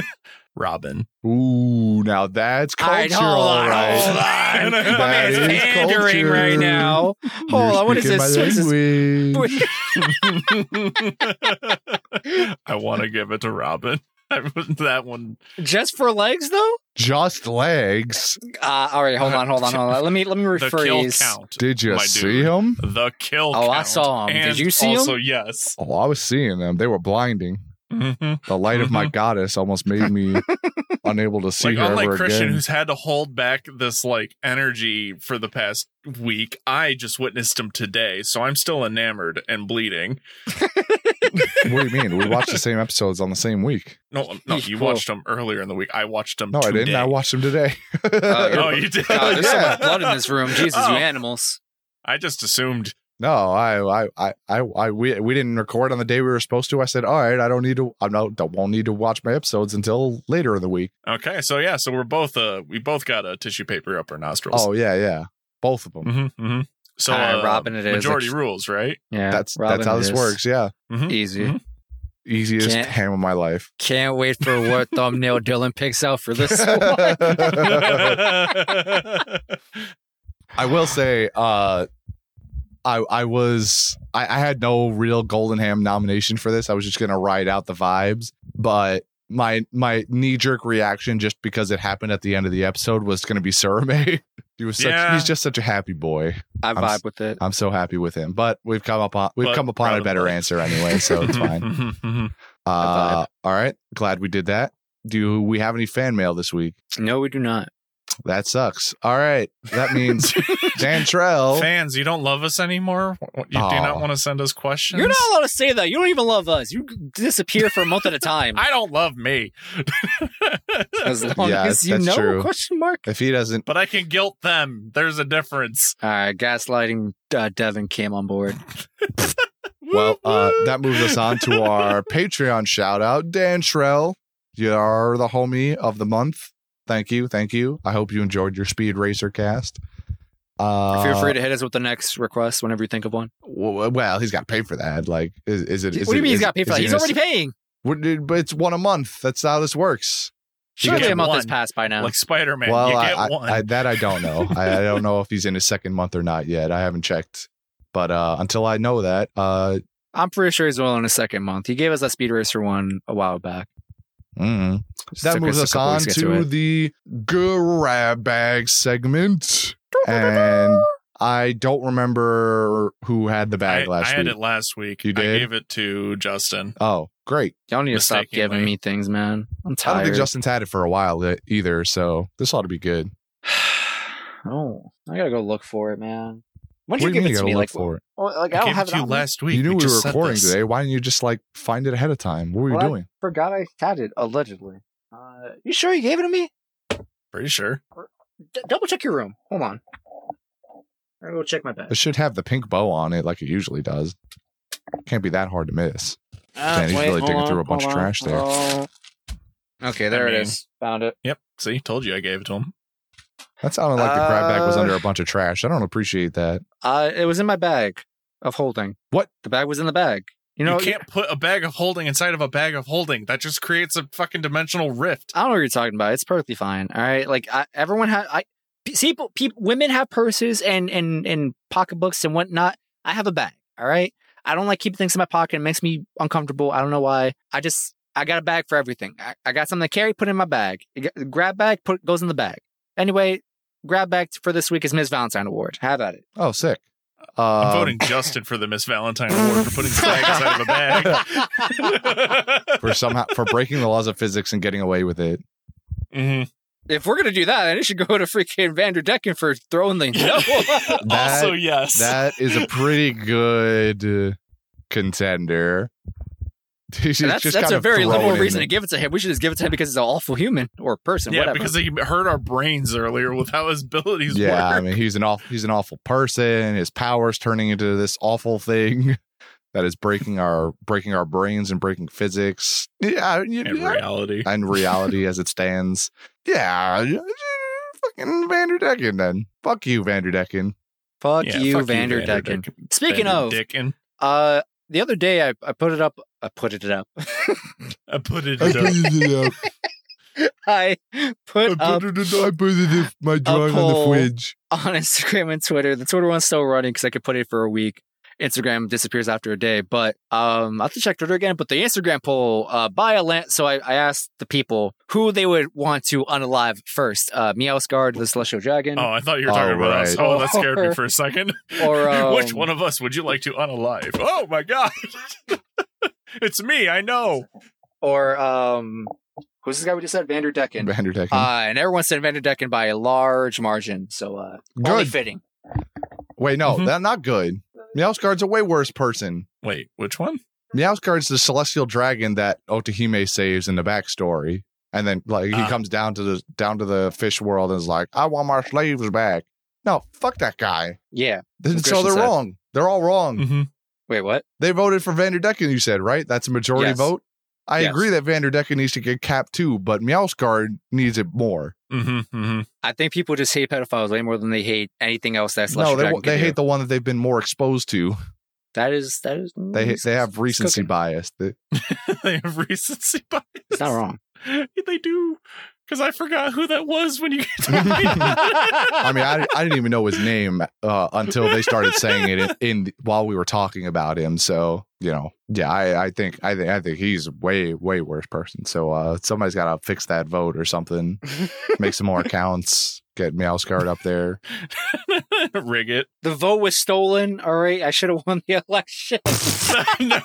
S3: Robin.
S2: Ooh, now that's
S1: All
S2: culture,
S1: right, hold
S2: all
S1: on, hold
S2: right.
S1: on. My
S3: That
S1: man's
S2: is
S1: pandering
S2: culture.
S1: right now.
S2: You're
S1: Hold on, what is
S2: speaking
S1: this?
S2: my
S1: What is this?
S2: language.
S3: I want to give it to Robin. I, that one.
S1: Just for legs, though?
S2: Just legs.
S1: Uh, all right, hold on, hold on, hold on. Let me let me
S3: The kill
S1: rephrase.
S3: count.
S2: Did you
S3: My
S2: see
S3: dude.
S2: him?
S3: The kill count.
S1: Oh, I saw 'em. Did
S3: And
S1: you see 'em?
S3: Also, yes.
S2: Oh, I was seeing them. They were blinding.
S3: Mhm.
S2: The light of
S1: Uh-huh.
S2: my goddess almost made me unable to see
S3: like
S2: her
S3: unlike
S2: ever
S3: Christian,
S2: again.
S3: who's had to hold back this like energy for the past week, I just witnessed him today, so I'm still enamored and bleeding.
S2: What do you mean? We watched the same episodes on the same week.
S3: No, um, no, you
S1: Well-
S3: watched him earlier in the week. I watched him.
S2: No, I didn't.
S3: today.
S2: I watched them today.
S1: Oh,
S3: Oh, you did.
S1: God, there's so
S2: Yeah.
S1: much blood in this room. Jesus,
S3: Oh.
S1: you animals.
S3: I just assumed.
S2: No, I, I, I, I, I we, we didn't record on the day we were supposed to. I said, all right, I don't need to. I don't, I won't need to watch my episodes until later in the week.
S3: Okay, so yeah, so we're both uh we both got a tissue paper up our nostrils.
S2: Oh yeah, yeah, both of them.
S3: hmm hmm So
S1: All right,
S3: uh,
S1: Ah, Robin it is.
S3: majority
S1: Like-
S3: rules, right?
S1: Yeah,
S2: That's
S1: Robin
S2: that's how
S1: it
S2: this
S1: is.
S2: works. Mm-hmm. Yeah,
S3: Mhm.
S1: Easy.
S3: Mhm.
S2: easiest
S1: Can't-
S2: ham of my life.
S1: Can't wait for what thumbnail Dylan picks out for this one.
S2: I will say, uh, I I was I, I had no real Golden Ham nomination for this. I was just gonna ride out the vibes, but my my knee jerk reaction just because it happened at the end of the episode was gonna be Surame. He was such,
S3: Yeah.
S2: he's just such a happy boy.
S1: I
S2: I'm s-
S1: vibe with it.
S2: I'm so happy with him. But we've come upon we've
S3: But
S2: come upon a
S3: proud of
S2: better
S3: him.
S2: answer anyway, so it's fine.
S3: Mhm, mhm.
S2: Uh, all right, glad we did that. Do we have any fan mail this week?
S1: No, we do not.
S2: That sucks. All right, that means Dan
S1: Oh.
S2: Trell.
S3: Fans, you don't love us anymore. What- You do
S2: Aw.
S3: not want to send us questions.
S1: You're not allowed to say that. You don't even love us. You disappear for a month at a time.
S3: I don't love me,
S1: As long
S2: Yeah,
S1: as you
S2: that's
S1: know?
S2: true.
S1: Question mark.
S2: If he doesn't
S3: but I can guilt them. There's a difference.
S1: All right, gaslighting. Uh, Devin came on board.
S2: Well, uh,
S1: Mm-hmm.
S2: that moves us on to our Patreon shout out. Dan Shrell, you're the homie of the month. Thank you. Thank you. I hope you enjoyed your Speed Racer cast. Uh,
S1: Feel free to hit us with the next request whenever you think of one.
S2: w- well, he's got to pay for that. Like, is, is it? Is
S1: what do you
S2: it-
S1: mean
S2: is-
S1: he's got paid for
S2: is
S1: that?
S2: he
S1: He's
S2: gonna
S1: already
S2: s-
S1: paying.
S2: We're- dude, But it's one a month. That's how this works.
S1: Surely
S3: get
S1: a month has
S3: one.
S1: passed by now.
S3: like Spider Man,
S2: well,
S3: you
S2: I-
S3: get
S2: I,
S3: one.
S2: I- that I don't know. I, I don't know if he's in his second month or not yet. I haven't checked. But uh, until I know that, uh,
S1: I'm pretty sure he's well in a second month. He gave us that speed racer one a while back.
S2: mm,
S1: Just
S2: that
S1: took
S2: moves
S1: a
S2: us
S1: couple
S2: on
S1: weeks
S2: to,
S1: get it.
S2: the grab bag segment. and I don't remember who had the
S3: I,
S2: bag last
S3: I
S2: week.
S3: had it last week.
S2: You
S3: I
S2: did?
S3: gave it to Justin.
S2: Oh, great.
S1: Y'all need to stop
S3: mistakenly.
S1: giving me things, man. I'm
S2: I don't
S1: tired.
S2: think Justin's had it for a while e- either, so this ought to be good.
S1: oh, I gotta go look for it, man. When
S2: what
S1: did
S2: do you
S1: you give
S2: mean
S1: it
S2: you
S1: to
S2: gotta
S1: me?
S2: look
S1: Like,
S2: for it?
S1: well, like I
S3: I
S1: don't
S3: gave
S1: have
S3: it
S1: it
S3: to you
S1: on me.
S3: last week.
S2: you knew we
S3: just
S2: were
S3: said
S2: recording
S3: this.
S2: today. Why didn't you just like find it ahead of time? What were you
S1: Well, I-
S2: doing?
S1: Forgot I had it allegedly. Uh, you sure you gave it to me?
S3: Pretty sure.
S1: D- double check your room. Hold on. I gotta go check my bag.
S2: It should have the pink bow on it like it usually does. Can't be that hard to miss.
S1: Uh,
S2: Man, he's really
S1: hold
S2: digging through a bunch of
S1: hold
S2: trash there.
S1: hold on. Okay,
S3: I
S1: there it
S3: mean-
S1: is. Found it.
S3: Yep. See, told you I gave it to him.
S2: That sounded like the grab bag was
S1: Uh,
S2: under a bunch of trash. I don't appreciate that.
S1: Uh, it was in my bag of holding.
S2: What?
S1: The bag was in the bag. You
S3: You,
S1: know,
S3: can't put a bag of holding inside of a bag of holding. That just creates a fucking dimensional rift.
S1: I don't know what you're talking about. It's perfectly fine. All right, like I, everyone has. I pe- see people, peop women have purses and and and pocketbooks and whatnot. I have a bag. All right. I don't like keeping things in my pocket. It makes me uncomfortable. I don't know why. I just I got a bag for everything. I, I got something to carry. Put it in my bag. You got- Grab bag. Put goes in the bag. Anyway, grab bag for this week is Miss Valentine Award. Have at it.
S2: Oh, sick.
S3: I'm
S2: Um,
S3: voting Justin for the Miss Valentine Award for putting the bag inside of a bag.
S2: for somehow for breaking the laws of physics and getting away with it.
S3: Mhm.
S1: If we're gonna do that, then it should go to freaking Vander Decken for throwing the no.
S3: also, yes.
S2: That is a pretty good uh, contender. He's
S1: that's
S2: just
S1: that's
S2: kind
S1: a
S2: of
S1: very
S2: thrown
S1: liberal
S2: in
S1: reason
S2: there.
S1: to give it to him. We should just give it to him because he's an awful human or person,
S3: yeah,
S1: whatever.
S3: because he hurt our brains earlier with how his abilities
S2: yeah, I
S3: work.
S2: mean he's an awful he's an awful person. His powers turning into this awful thing that is breaking our breaking our brains and breaking physics. Yeah, you-
S3: In reality.
S2: and reality as it stands. Yeah, fucking Vanderdecken then. Fuck you, Vanderdecken.
S1: fuck
S3: Yeah,
S1: you,
S3: fuck you,
S1: Vander Decken.
S3: Vanderdecken.
S1: Speaking of,
S3: Vanderdecken.
S1: uh, the other day I, I put it up. I put it up.
S3: I put it
S2: I
S3: in.
S2: cleaned it up.
S1: I put up
S2: my
S1: drawing on the poll.
S2: fridge.
S1: on Instagram and Twitter. The Twitter one's still running because I could put it for a week. Instagram disappears after a day, but um, I have to check Twitter again. But the Instagram poll uh, by a land, so I, I asked the people who they would want to unalive first: uh, Meowsguard, the Celestial Dragon,
S3: Oh, I thought you were talking
S2: All
S3: about us.
S2: right.
S3: Oh, that scared me for a second.
S1: or um,
S3: Which one of us would you like to unalive? Oh my god. it's me, I know.
S1: or um, who's this guy we just said? Vander Decken.
S2: Vanderdecken.
S1: Uh, and everyone said Vander Decken by a large margin, so uh, only Mm-hmm.
S2: good.
S1: fitting.
S2: Wait, no,
S3: Mhm.
S2: that not good. Meowsguard's a way worse person.
S3: Wait, which one?
S2: Meowsguard's the celestial dragon that Otohime saves in the backstory. And then like he
S3: Ah.
S2: comes down to the down to the fish world and is like, I want my slaves back. No, fuck that guy.
S1: Yeah. That's
S2: Then-
S1: what
S2: So
S1: Christian
S2: they're
S1: said.
S2: wrong. They're all wrong.
S3: Mm-hmm.
S1: Wait, what?
S2: They voted for Vanderdecken, you said, right? That's a majority
S1: Yes.
S2: vote. I
S1: Yes.
S2: agree that Vanderdecken needs to get capped too, but Meowsguard needs it more.
S3: Mm-hmm. Mm-hmm.
S1: I think people just hate pedophiles way more than they hate anything else that's
S2: no,
S1: Celestial
S2: they
S1: Dragon.
S2: they hate the one that they've been more exposed to.
S1: That is that is mm,
S2: They they have recency
S1: cooking.
S2: bias. They-
S3: they have recency bias.
S1: It's not wrong.
S3: They do. Because I forgot who that was when you
S2: I mean, I, I didn't even know his name uh, until they started saying it in, in while we were talking about him. So you know, yeah, I, I think I think I think he's a way way worse person. So uh, somebody's got to fix that vote or something. Make some more accounts. Get Meowsguard up there.
S3: rig it.
S1: The vote was stolen. All right, I should have won the election.
S3: No.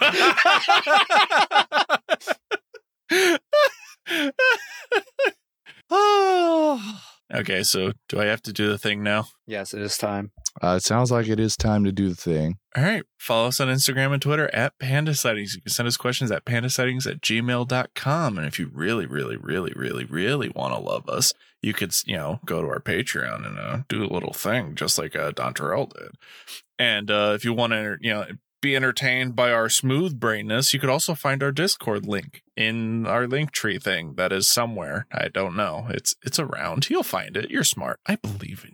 S4: Oh.
S3: okay, so do I have to do the thing now?
S1: yes, it is time.
S2: Uh, it sounds like it is time to do the thing.
S3: All right. Follow us on Instagram and Twitter at Panda Sightings. You can send us questions at pandasightings at gmail.com. And if you really, really, really, really, really want to love us, you could, you know, go to our Patreon and uh, do a little thing just like uh, Don Terrell did. And uh, if you want to, you know, be entertained by our smooth brainness, you could also find our Discord link in our link tree thing that is somewhere. I don't know. It's it's around. You'll find it. You're smart. I believe in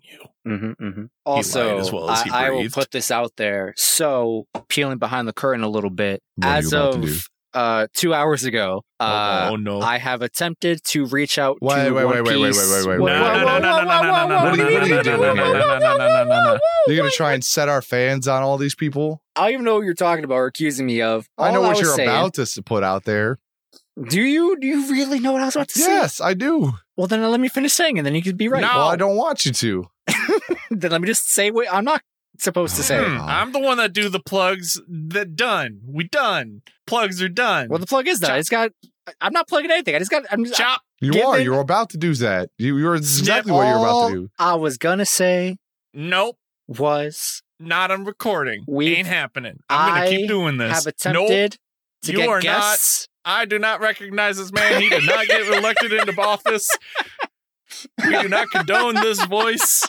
S3: you.
S1: hmm Also,
S3: as well as he
S1: I, I will
S3: breathed.
S1: put this out there. So, peeling behind the curtain a little bit,
S2: What are you
S1: as
S2: about to do?
S1: of uh, two hours ago, uh,
S3: oh no.
S1: I have attempted to reach out
S2: Wait,
S1: to
S2: wait,
S1: One
S2: wait, wait, wait,
S1: Piece.
S2: wait, wait, wait,
S3: No,
S2: wait, wait,
S3: no, no, no, no, no, no, no,
S2: What are
S3: no,
S2: you
S3: no, no,
S2: doing
S3: no, no,
S2: here?
S3: no, no, no, no, no, no.
S2: You're gonna try and set our fans on all these people.
S1: I don't even know what you're talking about or accusing me of.
S2: I
S1: All
S2: know what
S1: was
S2: you're
S1: saying-
S2: about to s- put out there.
S1: Do you? Do you really know what I was about to say?
S2: Yes, I do.
S1: Well, then let me finish saying, and then you could be right.
S3: No.
S2: Well, I don't want you to.
S1: Then let me just say what I'm not supposed to say. Uh-huh.
S2: Hmm.
S3: I'm the one that do the plugs. That done. We done. Plugs are done.
S1: Well, the plug is done.
S3: Chop.
S1: It's got. I- I'm not plugging anything. I just got. I'm just, I,
S3: chop.
S2: You
S1: Given-
S2: are. You're about to do that. You, you're it's
S3: Snip
S2: exactly what you're about to do.
S1: I was gonna say
S3: Nope.
S1: was
S3: Not on recording.
S1: We-
S3: Ain't happening. I'm gonna
S1: I
S3: keep doing this.
S1: have
S3: Nope.
S1: attempted to
S3: You
S1: get
S3: are not-
S1: guests.
S3: I do not recognize this man. He did not get elected into office. We do not condone this voice.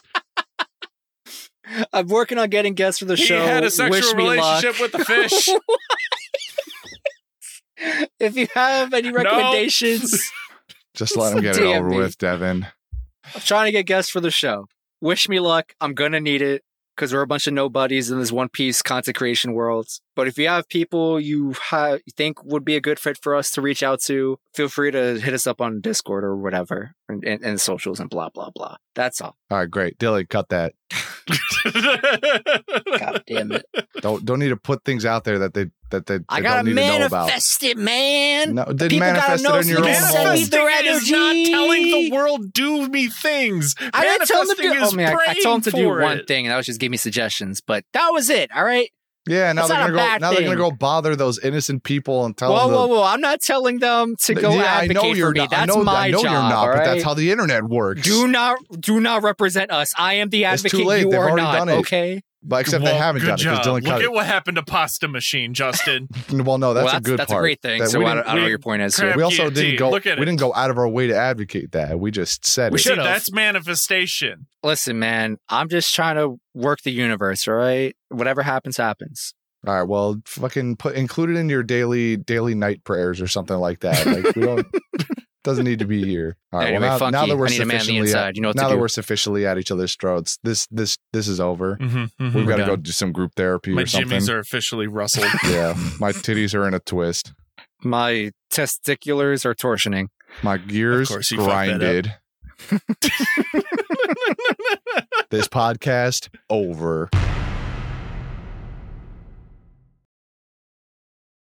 S1: I'm working on getting guests for the
S3: He
S1: show.
S3: had a
S1: Wish
S3: sexual
S1: me luck.
S3: relationship with the fish.
S1: If you have any recommendations,
S2: Just let him get it
S1: Damn
S2: over
S1: me.
S2: with, Devin.
S1: I'm trying to get guests for the show. Wish me luck. I'm gonna need it because we're a bunch of nobodies in this One Piece content creation world. But if you have people you ha- you think would be a good fit for us to reach out to, feel free to hit us up on Discord or whatever, and, and, and socials and blah blah blah. That's all.
S2: All right, great. Dilly, cut that.
S1: God damn it.
S2: Don't don't need to put things out there that they that they,
S1: I
S2: they
S1: gotta
S2: don't need to know about.
S1: manifest it, man.
S2: No, didn't
S1: People gotta
S2: manifest it
S1: know
S2: on
S1: so
S2: your
S1: they
S2: own
S1: can send me
S2: home.
S1: their
S3: Manifesting is not
S1: energy.
S3: telling the world do me things.
S1: I didn't tell them to
S3: Manifesting
S1: do.
S3: is
S1: Oh man, I- I told them to
S3: praying
S1: do
S3: for
S1: one
S3: it.
S1: thing, and that was just give me suggestions. But that was it. All right.
S2: Yeah,
S1: That's
S2: now they're
S1: not a
S2: gonna go.
S1: bad
S2: Now they're gonna
S1: thing.
S2: go bother those innocent people and tell
S1: whoa,
S2: them.
S1: whoa, whoa! I'm not telling them to
S2: the-
S1: go
S2: yeah, I
S1: advocate
S2: know you're
S1: for me.
S2: not.
S1: that's
S2: I know,
S1: my
S2: I know
S1: job.
S2: you're not,
S1: all
S2: but
S1: right?
S2: that's how the internet works.
S1: do not do not represent us. I am the
S2: It's too
S1: advocate.
S2: late.
S1: You
S2: They've
S1: are
S2: already
S1: not.
S2: done it.
S1: Okay.
S2: But except they
S3: Well,
S2: haven't
S3: good
S2: done it because
S3: job.
S2: Dylan
S3: Look
S2: cut
S3: at what happened to Pasta Machine, Justin.
S2: it. Well, no, that's,
S1: well,
S2: a good
S1: that's
S2: part.
S1: a great thing.
S2: That
S1: So
S2: we
S1: I
S2: didn't-
S1: don't, I don't know
S3: we
S1: what your point is. here.
S3: crap-
S2: we also
S3: guillotine.
S2: didn't go. We
S3: Look at it.
S2: didn't go out of our way to advocate that. We just said
S1: We
S2: it.
S3: See,
S1: should've.
S3: that's manifestation.
S1: Listen, man, I'm just trying to work the universe. All right. Whatever happens, happens.
S2: All right, well, fucking put include it in your daily daily night prayers or something like that. Like we don't doesn't need to be here. All right,
S1: anyway,
S2: well, now,
S1: funky.
S2: now that we're
S1: I need a man on the
S2: sufficiently at,
S1: inside. You know what
S2: now
S1: to
S2: that
S1: do.
S2: we're sufficiently at each other's throats, this this this is over.
S3: Mm-hmm,
S2: We've got to
S1: done.
S2: go do some group therapy
S3: My
S2: or something.
S3: jimmies are officially rustled.
S2: yeah, my titties are in a twist.
S1: My testiculars are torsioning.
S2: My gears
S3: course, you fucked that up.
S2: grinded. this podcast over.